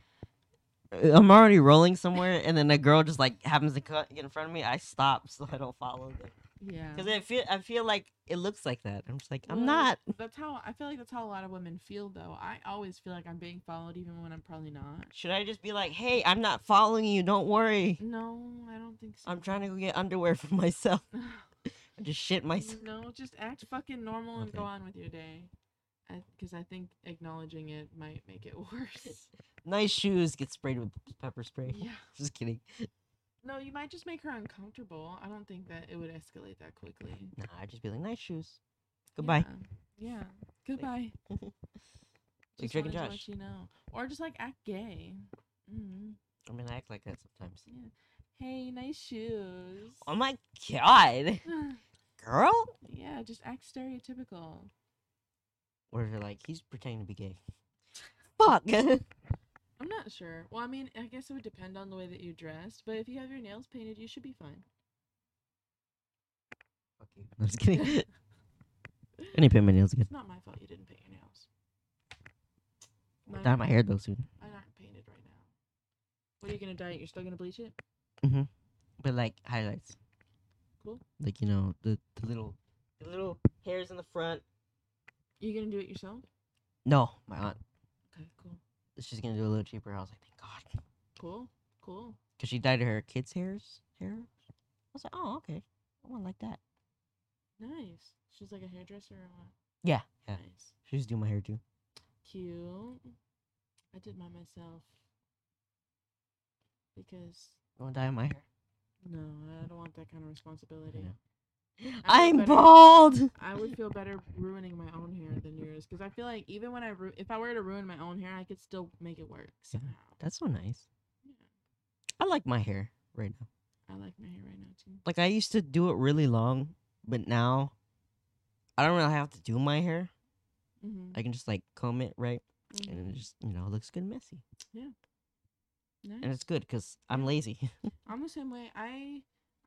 S1: Uh, I'm already rolling somewhere, and then a girl just like happens to cut get in front of me. I stop so I don't follow them
S2: Yeah.
S1: because I feel I feel like it looks like that. I'm just like I'm
S2: Oh. Well,
S1: not.
S2: That's how I feel like that's how a lot of women feel though. I always feel like I'm being followed even when I'm probably not.
S1: Should I just be like, hey, I'm not following you. Don't worry.
S2: No, I don't think so.
S1: I'm trying to go get underwear for myself. I just shit myself.
S2: no, just act fucking normal and go
S1: Okay.
S2: on with your day. Because I, think acknowledging it might make it worse.
S1: Nice shoes get sprayed with pepper spray.
S2: yeah.
S1: Just kidding.
S2: No, you might just make her uncomfortable. I don't think that it would escalate that quickly.
S1: Nah, I just be like, nice shoes. Goodbye.
S2: Yeah. yeah. Goodbye.
S1: Like Drake and
S2: wanted to
S1: Josh.
S2: let you know. Or just like act gay. Mhm.
S1: I mean, I act like that sometimes.
S2: Yeah. Hey, nice shoes.
S1: Oh my god, girl.
S2: yeah, just act stereotypical.
S1: Or they're like, he's pretending to be gay. Fuck.
S2: I'm not sure. Well, I mean, I guess it would depend on the way that you dressed, but if you have your nails painted, you should be fine.
S1: Fuck you. I'm just kidding. I need to paint my nails again.
S2: It's not my fault you didn't paint your nails.
S1: I'll
S2: Mine
S1: Dye
S2: aren't-
S1: my hair though soon.
S2: Mine aren't painted right now. What are you gonna dye it? You're still gonna bleach it?
S1: But like highlights.
S2: Cool.
S1: Like you know the, the little the little hairs in the front.
S2: You gonna do it yourself?
S1: No, my aunt.
S2: Okay, cool,
S1: She's gonna do a little cheaper. I was like, thank God,
S2: cool, cool.
S1: because she dyed her kids' hairs hair. I was like, oh okay, I want like that.
S2: Nice. She's like a hairdresser or what?
S1: Yeah, yeah.
S2: Nice.
S1: She used to do my hair too.
S2: Cute. I did mine myself because
S1: You want to dye my hair?
S2: no, I don't want that kind of responsibility.
S1: Yeah.
S2: I feel
S1: I'm
S2: better-
S1: bald.
S2: I would feel better ruining my own hair than yours because I feel like even when I ru- if I were to ruin my own hair, I could still make it work
S1: Mm-hmm.
S2: somehow.
S1: That's so nice.
S2: Yeah.
S1: I like my hair right now.
S2: I like my hair right now too.
S1: Like I used to do it really long, but now I don't really have to do my hair.
S2: Mm-hmm.
S1: I can just like comb it right,
S2: Mhm.
S1: and it just you know looks good and messy, and
S2: Nice.
S1: it's good because I'm lazy.
S2: I'm the same way. I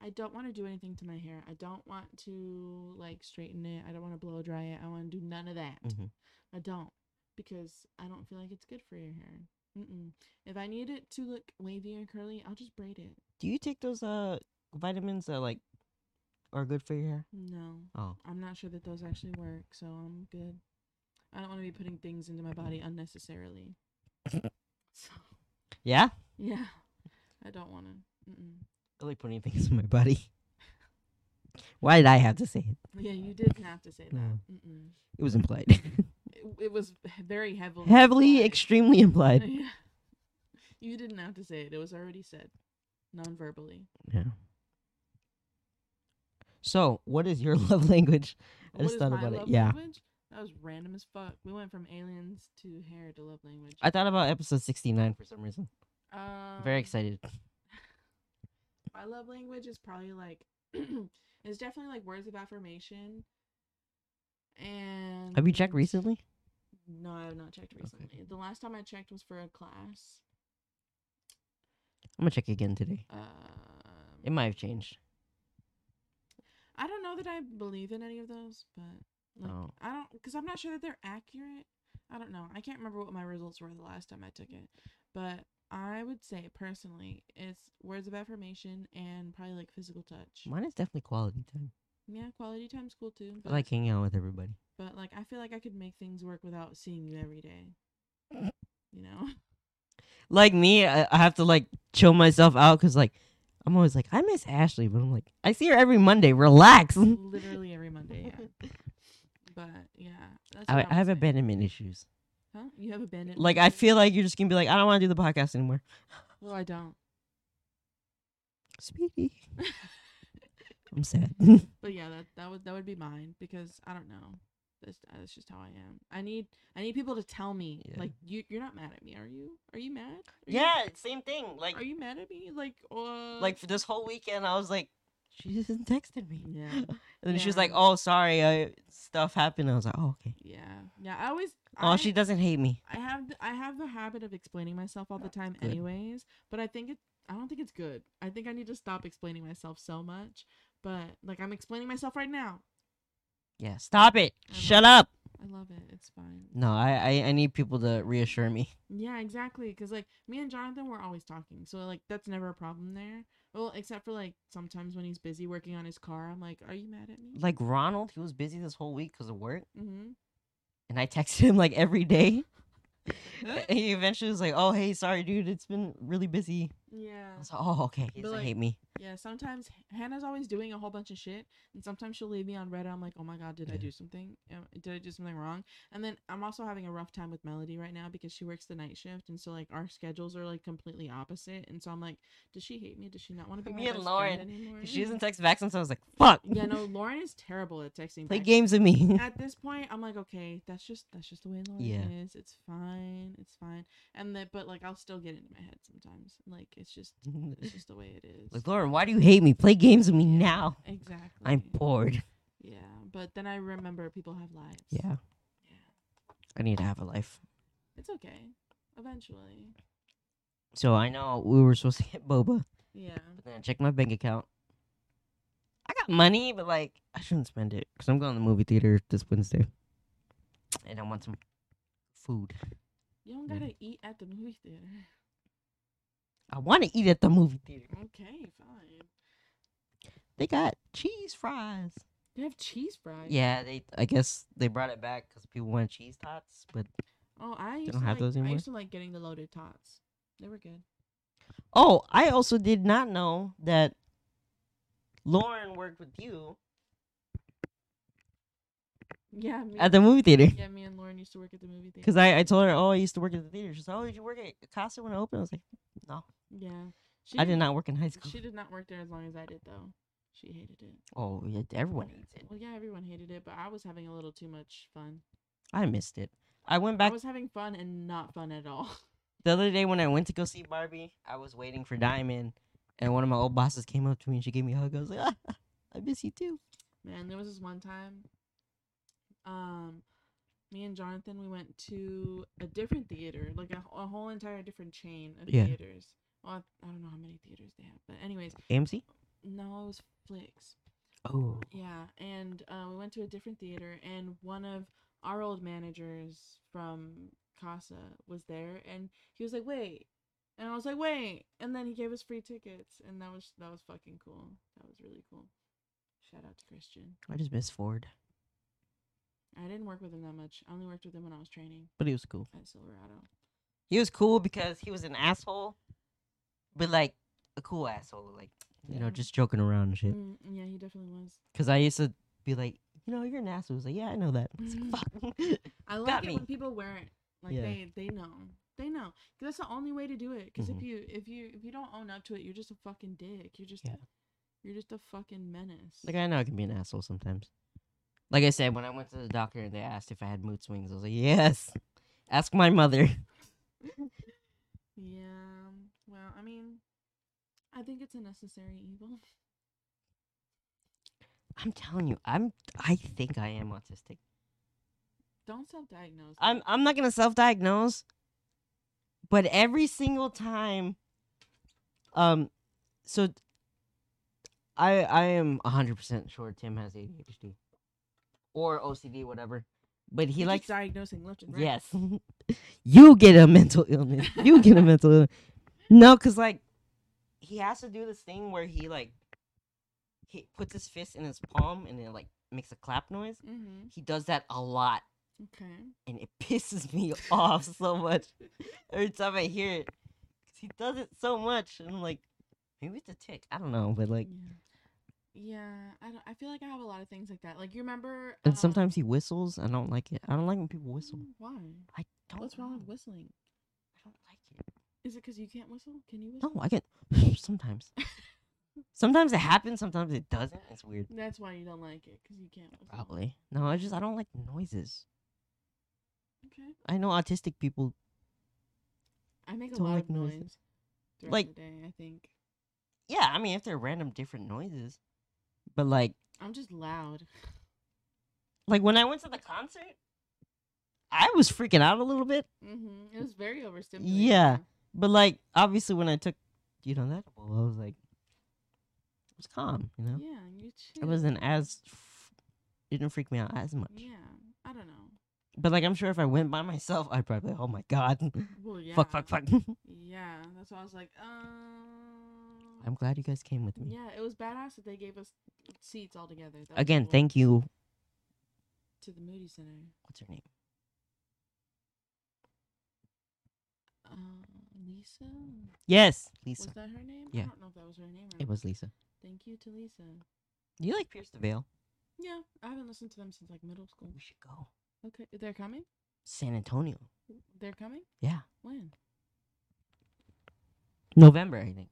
S2: I don't want to do anything to my hair. I don't want to like straighten it. I don't want to blow dry it. I want to do none of that.
S1: Mhm.
S2: I don't because I don't feel like it's good for your hair. Mm-mm. If I need it to look wavy or curly, I'll just braid it.
S1: do you take those uh vitamins that like are good for your hair?
S2: No,
S1: Oh,
S2: I'm not sure that those actually work, so I'm good. I don't want to be putting things into my body unnecessarily. so
S1: yeah.
S2: yeah, I don't want to. Mm-mm.
S1: I like putting things in my body. Why did I have to say it?
S2: Yeah, you didn't have to say that.
S1: No.
S2: Mm-mm.
S1: It was implied,
S2: It, it was very heavily
S1: heavily,
S2: implied.
S1: extremely implied.
S2: Yeah. You didn't have to say it. It was already said. Non verbally.
S1: Yeah. So, what is your love language? I just thought about it, yeah.
S2: language? That was random as fuck. We went from aliens to hair to love language.
S1: I thought about episode sixty-nine for some reason.
S2: um,
S1: I'm very excited.
S2: My love language is probably like, it's definitely like words of affirmation. And.
S1: Have you checked recently?
S2: No, I have not checked recently. The last time I checked was for a class.
S1: I'm gonna check again today.
S2: Um,
S1: It might have changed.
S2: I don't know that I believe in any of those, but like
S1: Oh.
S2: I don't because I'm not sure that they're accurate. I don't know. I can't remember what my results were the last time I took it, but I would say personally, it's words of affirmation and probably like physical touch.
S1: Mine is definitely quality time.
S2: Yeah, quality time's cool too.
S1: I
S2: But,
S1: like hanging out with everybody.
S2: but like I feel like I could make things work without seeing you every day. You know,
S1: Like me, I, I have to like chill myself out because like I'm always like I miss Ashley, but I'm like I see her every Monday. Relax. I,
S2: literally every Monday. Yeah. But yeah, that's what
S1: I
S2: would
S1: have
S2: say.
S1: abandonment issues.
S2: Huh? You have abandoned.
S1: Like I feel like you're just gonna be like I don't want to do the podcast anymore.
S2: Well, I don't.
S1: Speedy. I'm sad.
S2: But yeah, that that would that would be mine because I don't know. That's uh, that's just how I am. I need I need people to tell me
S1: Yeah.
S2: like you you're not mad at me, are you? Are you mad? Are you-
S1: yeah, same thing. Like
S2: are you mad at me? Like uh
S1: like for this whole weekend, I was like she just hasn't texted me.
S2: Yeah.
S1: And then she was
S2: Yeah.
S1: like, "Oh, sorry, uh, stuff happened." I was like, "Oh, okay."
S2: yeah yeah. I always
S1: Oh,
S2: I,
S1: she doesn't hate me.
S2: I have th- I have the habit of explaining myself all the time,
S1: Good.
S2: anyways. But I think it I don't think it's good. I think I need to stop explaining myself so much. But like I'm explaining myself right now.
S1: Yeah, stop it.
S2: I'm
S1: Shut up.
S2: I I love it. It's fine.
S1: No, I, I I need people to reassure me.
S2: Yeah, exactly. Because like me and Jonathan, we're always talking, so like that's never a problem there. Well, except for like sometimes when he's busy working on his car, I'm like, "Are you mad at me?"
S1: Like Ronald, he was busy this whole week because of work,
S2: mm-hmm.
S1: and I texted him like every day. and he eventually was like, "Oh, hey, sorry, dude, it's been really busy."
S2: yeah,
S1: I was like, "Oh, okay, he
S2: But,
S1: doesn't
S2: like-
S1: hate me."
S2: yeah. Sometimes Hannah's always doing a whole bunch of shit, and sometimes she'll leave me on red. I'm like, "Oh my god, did I
S1: Yeah.
S2: do something? Am- Did I do something wrong?" And then I'm also having a rough time with Melody right now because she works the night shift, and so like our schedules are like completely opposite. And so I'm like, "Does she hate me? Does she not want to be
S1: Me
S2: my
S1: and
S2: best
S1: Lauren,
S2: friend anymore?"
S1: She doesn't text back sometimes. I was like, "Fuck."
S2: "Mm-hmm." yeah, no. Lauren is terrible at texting.
S1: Play
S2: back.
S1: games with me.
S2: at this point i'm like okay that's just that's just the way Lauren
S1: Yeah.
S2: is it's fine it's fine and that but like i'll still get into my head sometimes like it's just it's just the way it is
S1: like Lauren, why do you hate me? Play games with me
S2: Yeah,
S1: now.
S2: exactly
S1: I'm bored.
S2: yeah but then i remember people have lives
S1: Yeah,
S2: yeah
S1: I need to have a life.
S2: it's okay eventually
S1: So I know we were supposed to get boba,
S2: yeah
S1: but then I checked my bank account. I got money, but like I shouldn't spend it because I'm going to the movie theater this Wednesday, and I want some food.
S2: you don't
S1: Yeah.
S2: gotta eat at the movie theater
S1: I want to eat at the movie theater.
S2: okay fine
S1: They got cheese fries.
S2: they have cheese fries
S1: Yeah, they. I guess they brought it back because people wanted cheese tots, but
S2: oh i used
S1: don't
S2: to
S1: have
S2: like,
S1: those
S2: i
S1: anymore?
S2: used to like getting the loaded tots they were good
S1: Oh, I also did not know that Lauren worked with you
S2: yeah me,
S1: at the movie theater.
S2: yeah me and lauren used to work at the movie theater
S1: Because I, I told her, oh, I used to work at the theater. She's like, oh, did you work at Casa when it opened? I was like, no,
S2: yeah she
S1: I did not work in high school.
S2: She did not work there as long as I did, though. She hated it.
S1: Oh, yeah, everyone hates it.
S2: Well, yeah, everyone hated it, but I was having a little too much fun.
S1: I missed it. I went
S2: I
S1: back
S2: was having fun and not fun at all.
S1: the other day when I went to go see Barbie. I was waiting for Diamond, and one of my old bosses came up to me and she gave me a hug. I was like, ah, I miss you too.
S2: Man, there was this one time, um, me and Jonathan we went to a different theater, like a, a whole entire different chain of
S1: Yeah.
S2: theaters. Well, I don't know how many theaters they have, but anyways,
S1: AMC?
S2: no, it was Flicks.
S1: Oh.
S2: Yeah, and uh, we went to a different theater, and one of our old managers from Casa was there, and he was like, "Wait," and I was like, "Wait," and then he gave us free tickets, and that was that was fucking cool. That was really cool. Shout out to Christian.
S1: I just miss Ford,
S2: I didn't work with him that much. I only worked with him when I was training
S1: but he was cool.
S2: at Silverado.
S1: He was cool because he was an asshole, but like a cool asshole, like you know,
S2: Yeah.
S1: just joking around and shit.
S2: Mm, yeah, he definitely was.
S1: Because I used to be like, you know, you're an asshole. He was like, yeah, I know that. I was
S2: Mm.
S1: like, Fuck.
S2: I like
S1: Got
S2: it
S1: me.
S2: when people wear it. Like
S1: Yeah.
S2: they they know. They know. 'Cause that's the only way to do it. Because
S1: Mhm.
S2: if you if you if you don't own up to it, you're just a fucking dick. You're just
S1: Yeah.
S2: you're just a fucking menace.
S1: like I know I can be an asshole sometimes. Like I said, when I went to the doctor and they asked if I had mood swings, I was like, yes. Ask my mother.
S2: yeah. Well, I mean, I think it's a necessary evil.
S1: I'm telling you, I'm. I think I am autistic.
S2: Don't self-diagnose.
S1: I'm.
S2: it.
S1: I'm not gonna self-diagnose. But every single time, um, so I I am 100 percent sure Tim has ADHD or OCD, whatever. But he
S2: You're just
S1: likes
S2: diagnosing left and right.
S1: Yes. you get a mental illness. You get a mental illness. No, because, like, he has to do this thing where he, like, he puts his fist in his palm and it, like, makes a clap noise.
S2: Mm-hmm.
S1: He does that a lot
S2: Okay.
S1: and it pisses me off so much every time I hear it. 'Cause he does it so much. And I'm like, maybe it's a tick. I don't know. But, like,
S2: yeah. Yeah, I don't. I feel like I have a lot of things like that. Like you remember.
S1: and
S2: uh,
S1: sometimes he whistles. I don't like it. I don't like when people whistle.
S2: Oh, Why?
S1: I don't.
S2: What's wrong
S1: know.
S2: with whistling?
S1: I don't like it.
S2: Is it because you can't whistle? Can you whistle?
S1: No, I get sometimes. sometimes it happens, sometimes it doesn't. It's weird.
S2: That's why you don't like it, because you can't. Whistle.
S1: Probably. No, I just I don't like noises.
S2: Okay.
S1: I know autistic people
S2: I make a
S1: Don't
S2: lot
S1: like
S2: of
S1: noises.
S2: noise throughout
S1: Like-
S2: the day. I think
S1: Yeah, I mean if they're random different noises. But like
S2: I'm just loud.
S1: like when I went to the concert, I was freaking out a little bit.
S2: hmm It was very overstimulating.
S1: Yeah. But like obviously when I took you know that I was like it was calm, you
S2: Yeah,
S1: know?
S2: you chill.
S1: It wasn't as it didn't freak me out as much.
S2: Yeah, I don't know.
S1: But like I'm sure if I went by myself, I'd probably oh my god,
S2: Well, yeah.
S1: fuck fuck fuck.
S2: Yeah, that's why I was like, um.
S1: I'm glad you guys came with me.
S2: Yeah, it was badass that they gave us seats all together. That was
S1: Again,
S2: cool.
S1: thank you.
S2: to the Moody Center.
S1: What's her name?
S2: Um, Lisa.
S1: Yes,
S2: Was
S1: Lisa.
S2: that her name?
S1: Yeah.
S2: I don't know if that was her name. Or
S1: It was Lisa.
S2: Thank you to Lisa.
S1: Do you like Pierce the Veil?
S2: Yeah, I haven't listened to them since like middle school.
S1: We should go.
S2: Okay, they're coming.
S1: San Antonio.
S2: They're coming.
S1: Yeah.
S2: When?
S1: November, I think.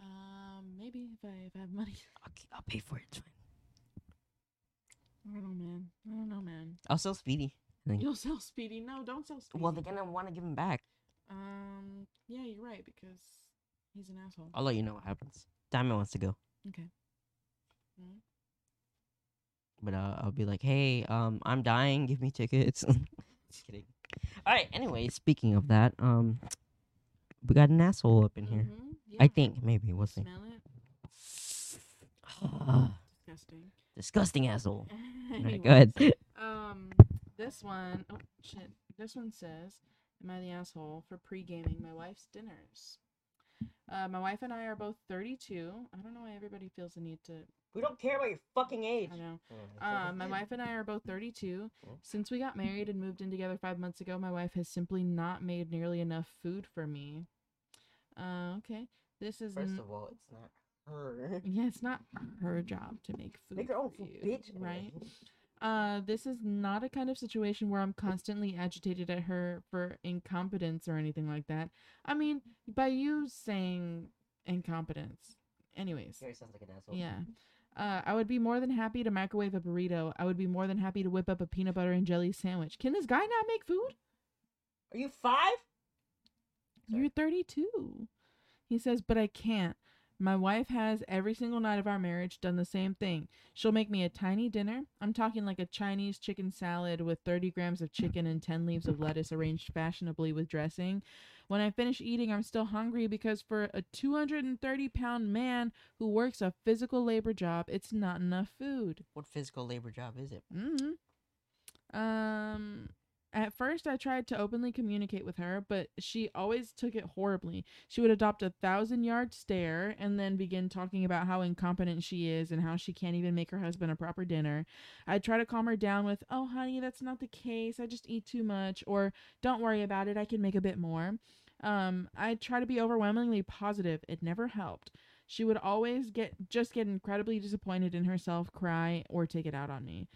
S2: Um, maybe if I if I have money.
S1: I'll, k- I'll pay for it. It's fine.
S2: I don't know, man. I don't know, man.
S1: I'll sell Speedy.
S2: You'll sell Speedy. No, don't sell Speedy.
S1: Well, they're gonna want to give him back.
S2: Um, yeah, you're right because he's an asshole.
S1: I'll let you know what happens. Diamond wants to go,
S2: Okay. Mm-hmm.
S1: but uh, I'll be like, hey, um, I'm dying. Give me tickets. Just kidding. All right. Anyway, speaking of that, um, we got an asshole up in here.
S2: Mhm,
S1: I
S2: yeah.
S1: think maybe we'll see.
S2: Smell it.
S1: Ah,
S2: Disgusting.
S1: disgusting asshole. All right,
S2: Anyways.
S1: go ahead.
S2: Um, this one, oh shit, this one says, "Am I the asshole for pre-gaming my wife's dinners?" Uh, my wife and I are both 32. I don't know why everybody feels the need to.
S1: We don't care about your fucking age. Oh,
S2: I know. Uh, my wife and I are both 32. Since we got married and moved in together five months ago, my wife has simply not made nearly enough food for me. Uh, okay. This is n-
S1: all, it's not her.
S2: yeah, it's not her job to make food. for you, Right. Uh, this is not a kind of situation where I'm constantly agitated at her for incompetence or anything like that. I mean, by you saying incompetence. Anyways.
S1: sounds like an asshole.
S2: Yeah. Uh, I would be more than happy to microwave a burrito. I would be more than happy to whip up a peanut butter and jelly sandwich. Can this guy not make food?
S1: Are you five?
S2: You're 32. He says, but I can't. My wife has every single night of our marriage done the same thing. She'll make me a tiny dinner. I'm talking like a Chinese chicken salad with 30 grams of chicken and 10 leaves of lettuce arranged fashionably with dressing. When I finish eating, I'm still hungry because for a 230 pound man who works a physical labor job, it's not enough food.
S1: What physical labor job is it?
S2: Mm-hmm. Um, at first, I tried to openly communicate with her, but she always took it horribly. She would adopt a thousand yard stare and then begin talking about how incompetent she is and how she can't even make her husband a proper dinner. I'd try to calm her down with, Oh, honey, that's not the case. I just eat too much. Or, Don't worry about it. I can make a bit more. Um, I try to be overwhelmingly positive. It never helped. She would always get just get incredibly disappointed in herself, cry, or take it out on me.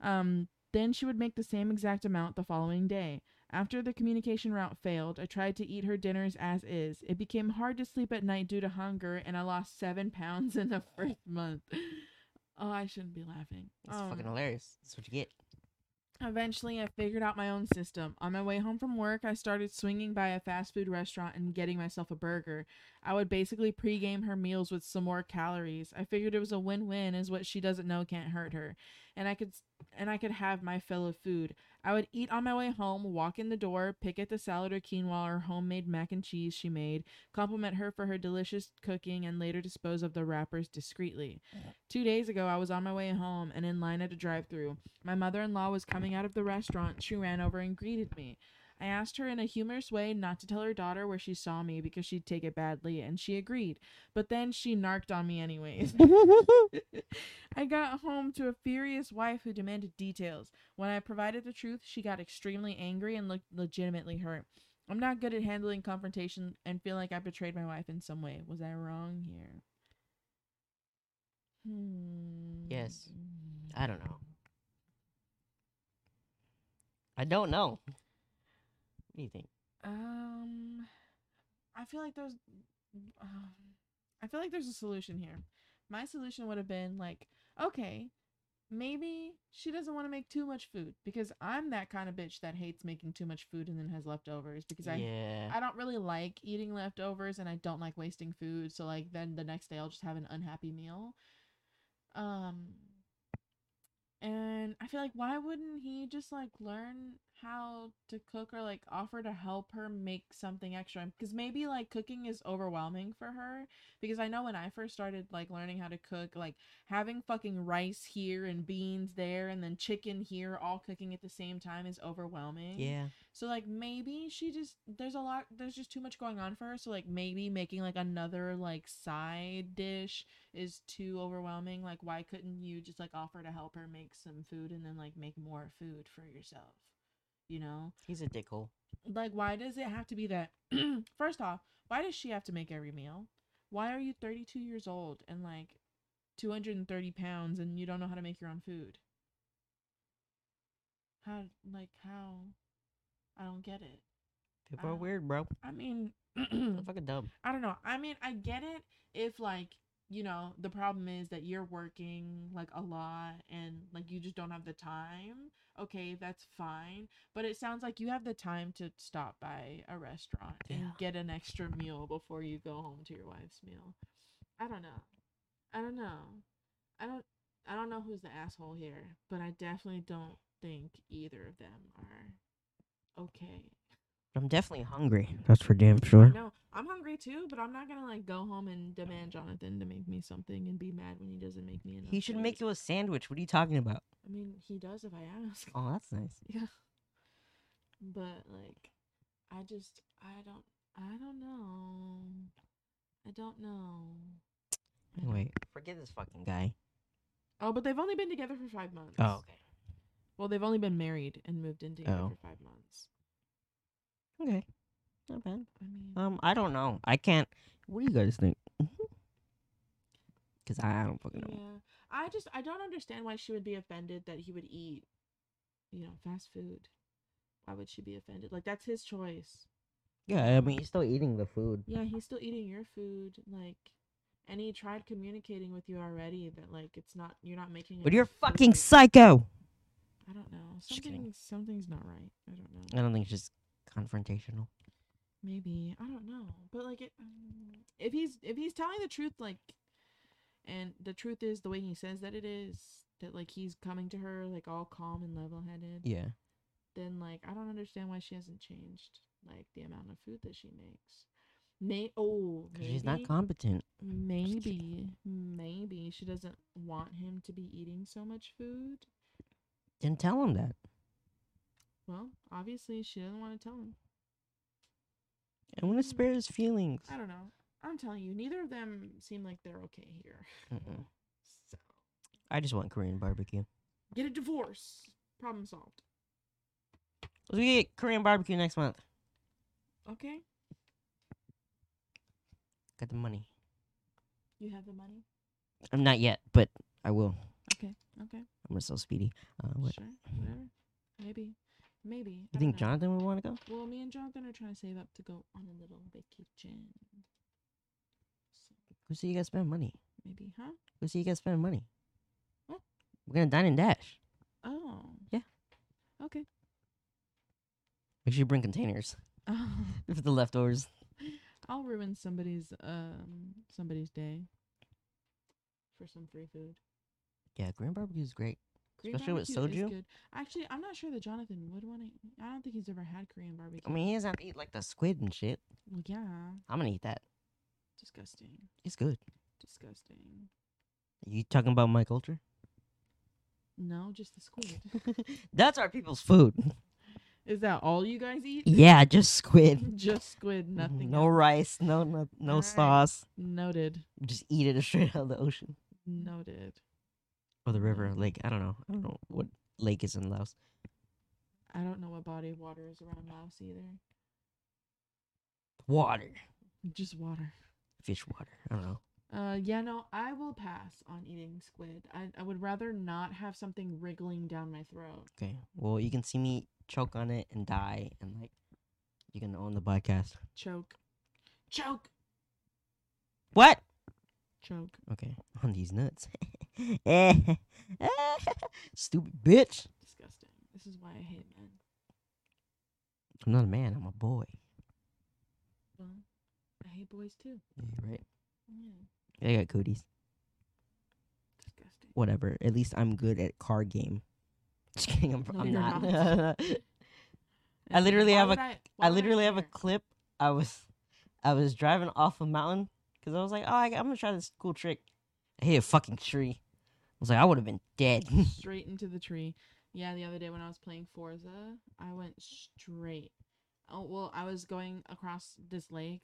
S2: Um, then she would make the same exact amount the following day. After the communication route failed, I tried to eat her dinners as is. It became hard to sleep at night due to hunger, and I lost seven pounds in the first month. Oh, I shouldn't be laughing.
S1: It's
S2: Um,
S1: fucking hilarious. That's what you get.
S2: Eventually, I figured out my own system. On my way home from work, I started swinging by a fast food restaurant and getting myself a burger. I would basically pregame her meals with some more calories. I figured it was a win-win, as what she doesn't know can't hurt her, and I could and I could have my fill of food. I would eat on my way home, walk in the door, pick at the salad or quinoa or homemade mac and cheese she made, compliment her for her delicious cooking, and later dispose of the wrappers discreetly. Two days ago, I was on my way home and in line at a drive-through. My mother in law was coming out of the restaurant. She ran over and greeted me. I asked her in a humorous way not to tell her daughter where she saw me because she'd take it badly, and she agreed. But then she narked on me anyways. I got home to a furious wife who demanded details. When I provided the truth, she got extremely angry and looked legitimately hurt. I'm not good at handling confrontation and feel like I betrayed my wife in some way. Was I wrong here? Hmm.
S1: Yes. I don't know. I don't know. What do you think?
S2: Um, I feel like there's, um, I feel like there's a solution here. My solution would have been like, okay, maybe she doesn't want to make too much food because I'm that kind of bitch that hates making too much food and then has leftovers because I
S1: yeah.
S2: I don't really like eating leftovers and I don't like wasting food. So like then the next day I'll just have an unhappy meal. Um and I feel like why wouldn't he just like learn how to cook or like offer to help her make something extra because maybe like cooking is overwhelming for her because I know when I first started like learning how to cook like having fucking rice here and beans there and then chicken here all cooking at the same time is overwhelming.
S1: Yeah.
S2: So like maybe she just there's a lot there's just too much going on for her. So like maybe making like another like side dish is too overwhelming. Like why couldn't you just like offer to help her make some food and then like make more food for yourself? You know?
S1: He's a dickhole.
S2: Like why does it have to be that first off, why does she have to make every meal? Why are you thirty two years old and like two hundred and thirty pounds and you don't know how to make your own food? How like how I don't get it.
S1: People are
S2: Uh,
S1: weird, bro.
S2: I mean,
S1: They're fucking dumb.
S2: I don't know. I mean, I get it if like, you know, the problem is that you're working like a lot and like you just don't have the time. Okay, that's fine. But it sounds like you have the time to stop by a restaurant and
S1: Yeah.
S2: get an extra meal before you go home to your wife's meal. I don't know. I don't know. I don't I don't know who's the asshole here, but I definitely don't think either of them are okay
S1: I'm definitely hungry. That's for damn sure.
S2: no, I'm hungry too, but I'm not gonna like go home and demand Jonathan to make me something and be mad when he doesn't make me enough.
S1: He should
S2: to
S1: make
S2: eat.
S1: you a sandwich. What are you talking about?
S2: I mean, he does if I ask.
S1: Oh, that's nice.
S2: Yeah. But like, I just I don't I don't know. I don't know. I don't-
S1: Anyway, forget this fucking guy.
S2: Oh, but they've only been together for five months.
S1: Oh,
S2: Well, they've only been married and moved in together
S1: Oh.
S2: for five months.
S1: okay. Okay. Not bad.
S2: I mean,
S1: Um, I don't know. I can't. What do you guys think? Because I, I don't fucking know.
S2: yeah. I just I don't understand why she would be offended that he would eat, you know, fast food. Why would she be offended? Like that's his choice.
S1: Yeah, I mean, he's still eating the food.
S2: Yeah, he's still eating your food, like, and he tried communicating with you already that like it's not you're not making.
S1: But
S2: enough
S1: you're
S2: food.
S1: fucking psycho!
S2: I don't know.
S1: Just kidding.
S2: Something something's not right. I don't know.
S1: I don't think it's just confrontational.
S2: Maybe I don't know. But like it, um, if he's if he's telling the truth, like, and the truth is the way he says that it is that like he's coming to her like all calm and level headed.
S1: Yeah.
S2: then like I don't understand why she hasn't changed like the amount of food that she makes. May oh
S1: Because
S2: maybe,
S1: she's not competent.
S2: maybe maybe she doesn't want him to be eating so much food.
S1: Then tell him that.
S2: Well, obviously she doesn't want to tell him.
S1: I want to
S2: Mm.
S1: spare his feelings.
S2: I don't know. I'm telling you, neither of them seem like they're okay here.
S1: Mm-mm.
S2: So
S1: I just want Korean barbecue.
S2: get a divorce. Problem solved.
S1: Let's we get Korean barbecue next month.
S2: Okay,
S1: Got the money.
S2: you have the money.
S1: I'm not yet, but I will.
S2: Okay, okay,
S1: I'm so speedy. Uh, what?
S2: sure, whatever. Maybe, maybe. I
S1: You
S2: don't
S1: think
S2: know.
S1: Jonathan would want to go?
S2: Well, me and Jonathan are trying to save up to go on a little vacation. So
S1: Who said you guys spend money?
S2: maybe, huh?
S1: Who said you guys spend money?
S2: What?
S1: We're gonna dine and dash.
S2: Oh.
S1: Yeah.
S2: Okay.
S1: Make sure you bring containers for the leftovers.
S2: I'll ruin somebody's um somebody's day for some free food.
S1: Yeah, Korean barbecue is great.
S2: Korean
S1: Especially with
S2: barbecue is
S1: soju?
S2: good. Actually, I'm not sure that Jonathan would want to. I don't think he's ever had Korean barbecue.
S1: I mean, he doesn't have to eat like the squid and shit.
S2: well, yeah,
S1: I'm gonna eat that.
S2: disgusting,
S1: It's good.
S2: disgusting.
S1: You talking about my culture?
S2: No, just the squid.
S1: That's our people's food.
S2: is that all you guys eat?
S1: yeah, just squid.
S2: just squid, nothing.
S1: No
S2: else.
S1: rice. No no, no
S2: Alright.
S1: sauce.
S2: Noted.
S1: Just eat it straight out of the ocean.
S2: Noted.
S1: or the river or lake. I don't know. I don't know what lake is in Laos.
S2: I don't know what body of water is around Laos either.
S1: Water,
S2: Just water.
S1: fish water. I don't know.
S2: Uh, yeah, no, I will pass on eating squid. I, I would rather not have something wriggling down my throat.
S1: Okay. Well, you can see me choke on it and die, and like you can own the podcast.
S2: Choke. Choke.
S1: What?
S2: Choke.
S1: Okay. On these nuts. Eh. Stupid bitch.
S2: Disgusting. This is why I hate men.
S1: I'm not a man. I'm a boy.
S2: Well, I hate boys too.
S1: Yeah, you're right.
S2: Yeah.
S1: I got cooties.
S2: Disgusting.
S1: Whatever. At least I'm good at card game. Just kidding. I'm,
S2: No,
S1: I'm
S2: you're
S1: not.
S2: not. She's like,
S1: literally
S2: "Why
S1: have a-
S2: would I, why
S1: I
S2: would
S1: literally have a
S2: care?"
S1: clip. I was, I was driving off a mountain because I was like, oh, I, I'm gonna try this cool trick. I hit a fucking tree. I was like, I would have been dead.
S2: straight into the tree. Yeah, the other day when I was playing Forza, I went straight. Oh well, I was going across this lake.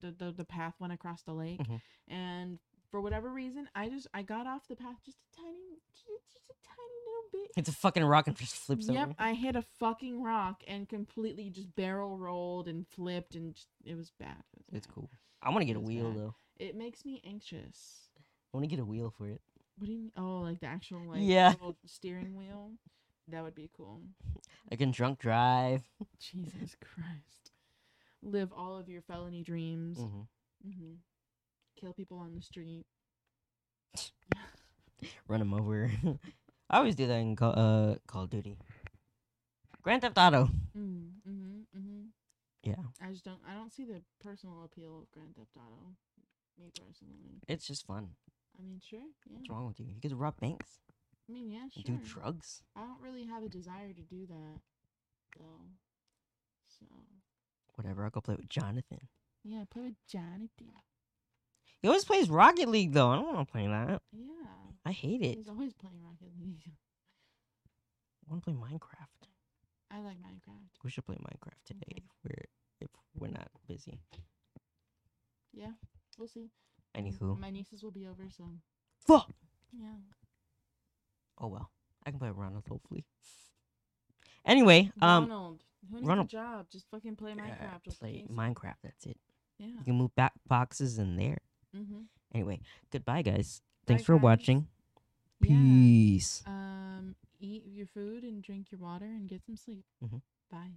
S2: The the, the path went across the lake,
S1: Mhm.
S2: and for whatever reason, I just I got off the path just a tiny, just a tiny little bit.
S1: it's a fucking rock and just flips
S2: Yep,
S1: over.
S2: I hit a fucking rock and completely just barrel rolled and flipped, and just, it was bad. It was
S1: It's
S2: bad.
S1: cool. I want to get a
S2: It's
S1: wheel
S2: bad.
S1: though.
S2: It makes me anxious.
S1: I want to get a wheel for it.
S2: What do you mean? Oh, like the actual like
S1: Yeah.
S2: little steering wheel. That would be cool.
S1: I can drunk drive.
S2: Jesus Christ. Live all of your felony dreams.
S1: hmm
S2: hmm Kill people on the street.
S1: Run them over. I always do that in Call, uh, Call of Duty. Grand Theft Auto.
S2: Mm-hmm, hmm
S1: Yeah,
S2: I just don't. I don't see the personal appeal of Grand Theft Auto. Me personally.
S1: it's just fun.
S2: I mean, sure. Yeah.
S1: What's wrong with you? You could rob banks,
S2: I mean, yeah,
S1: and
S2: sure.
S1: do drugs.
S2: I don't really have a desire to do that, though. So
S1: Whatever. I'll go play with Jonathan.
S2: yeah, play with Jonathan.
S1: He always plays Rocket League though. I don't want to play that.
S2: Yeah,
S1: I hate it.
S2: he's always playing Rocket League.
S1: I want to play Minecraft.
S2: I like Minecraft.
S1: We should play Minecraft today if we're if we're not busy.
S2: Yeah, we'll see.
S1: Anywho,
S2: my nieces will be over, so
S1: fuck.
S2: yeah.
S1: Oh well, I can play Ronald hopefully. Anyway, um,
S2: Ronald, who needs
S1: Ronald-
S2: a job? Just fucking play
S1: yeah,
S2: Minecraft. with the
S1: play
S2: kids.
S1: Minecraft. That's it.
S2: yeah.
S1: You can move back boxes in there.
S2: Mm-hmm.
S1: Anyway, goodbye guys. Thanks
S2: Bye,
S1: for
S2: guys.
S1: watching.
S2: Yeah.
S1: Peace.
S2: Um, eat your food and drink your water and get some sleep.
S1: Mhm.
S2: Bye.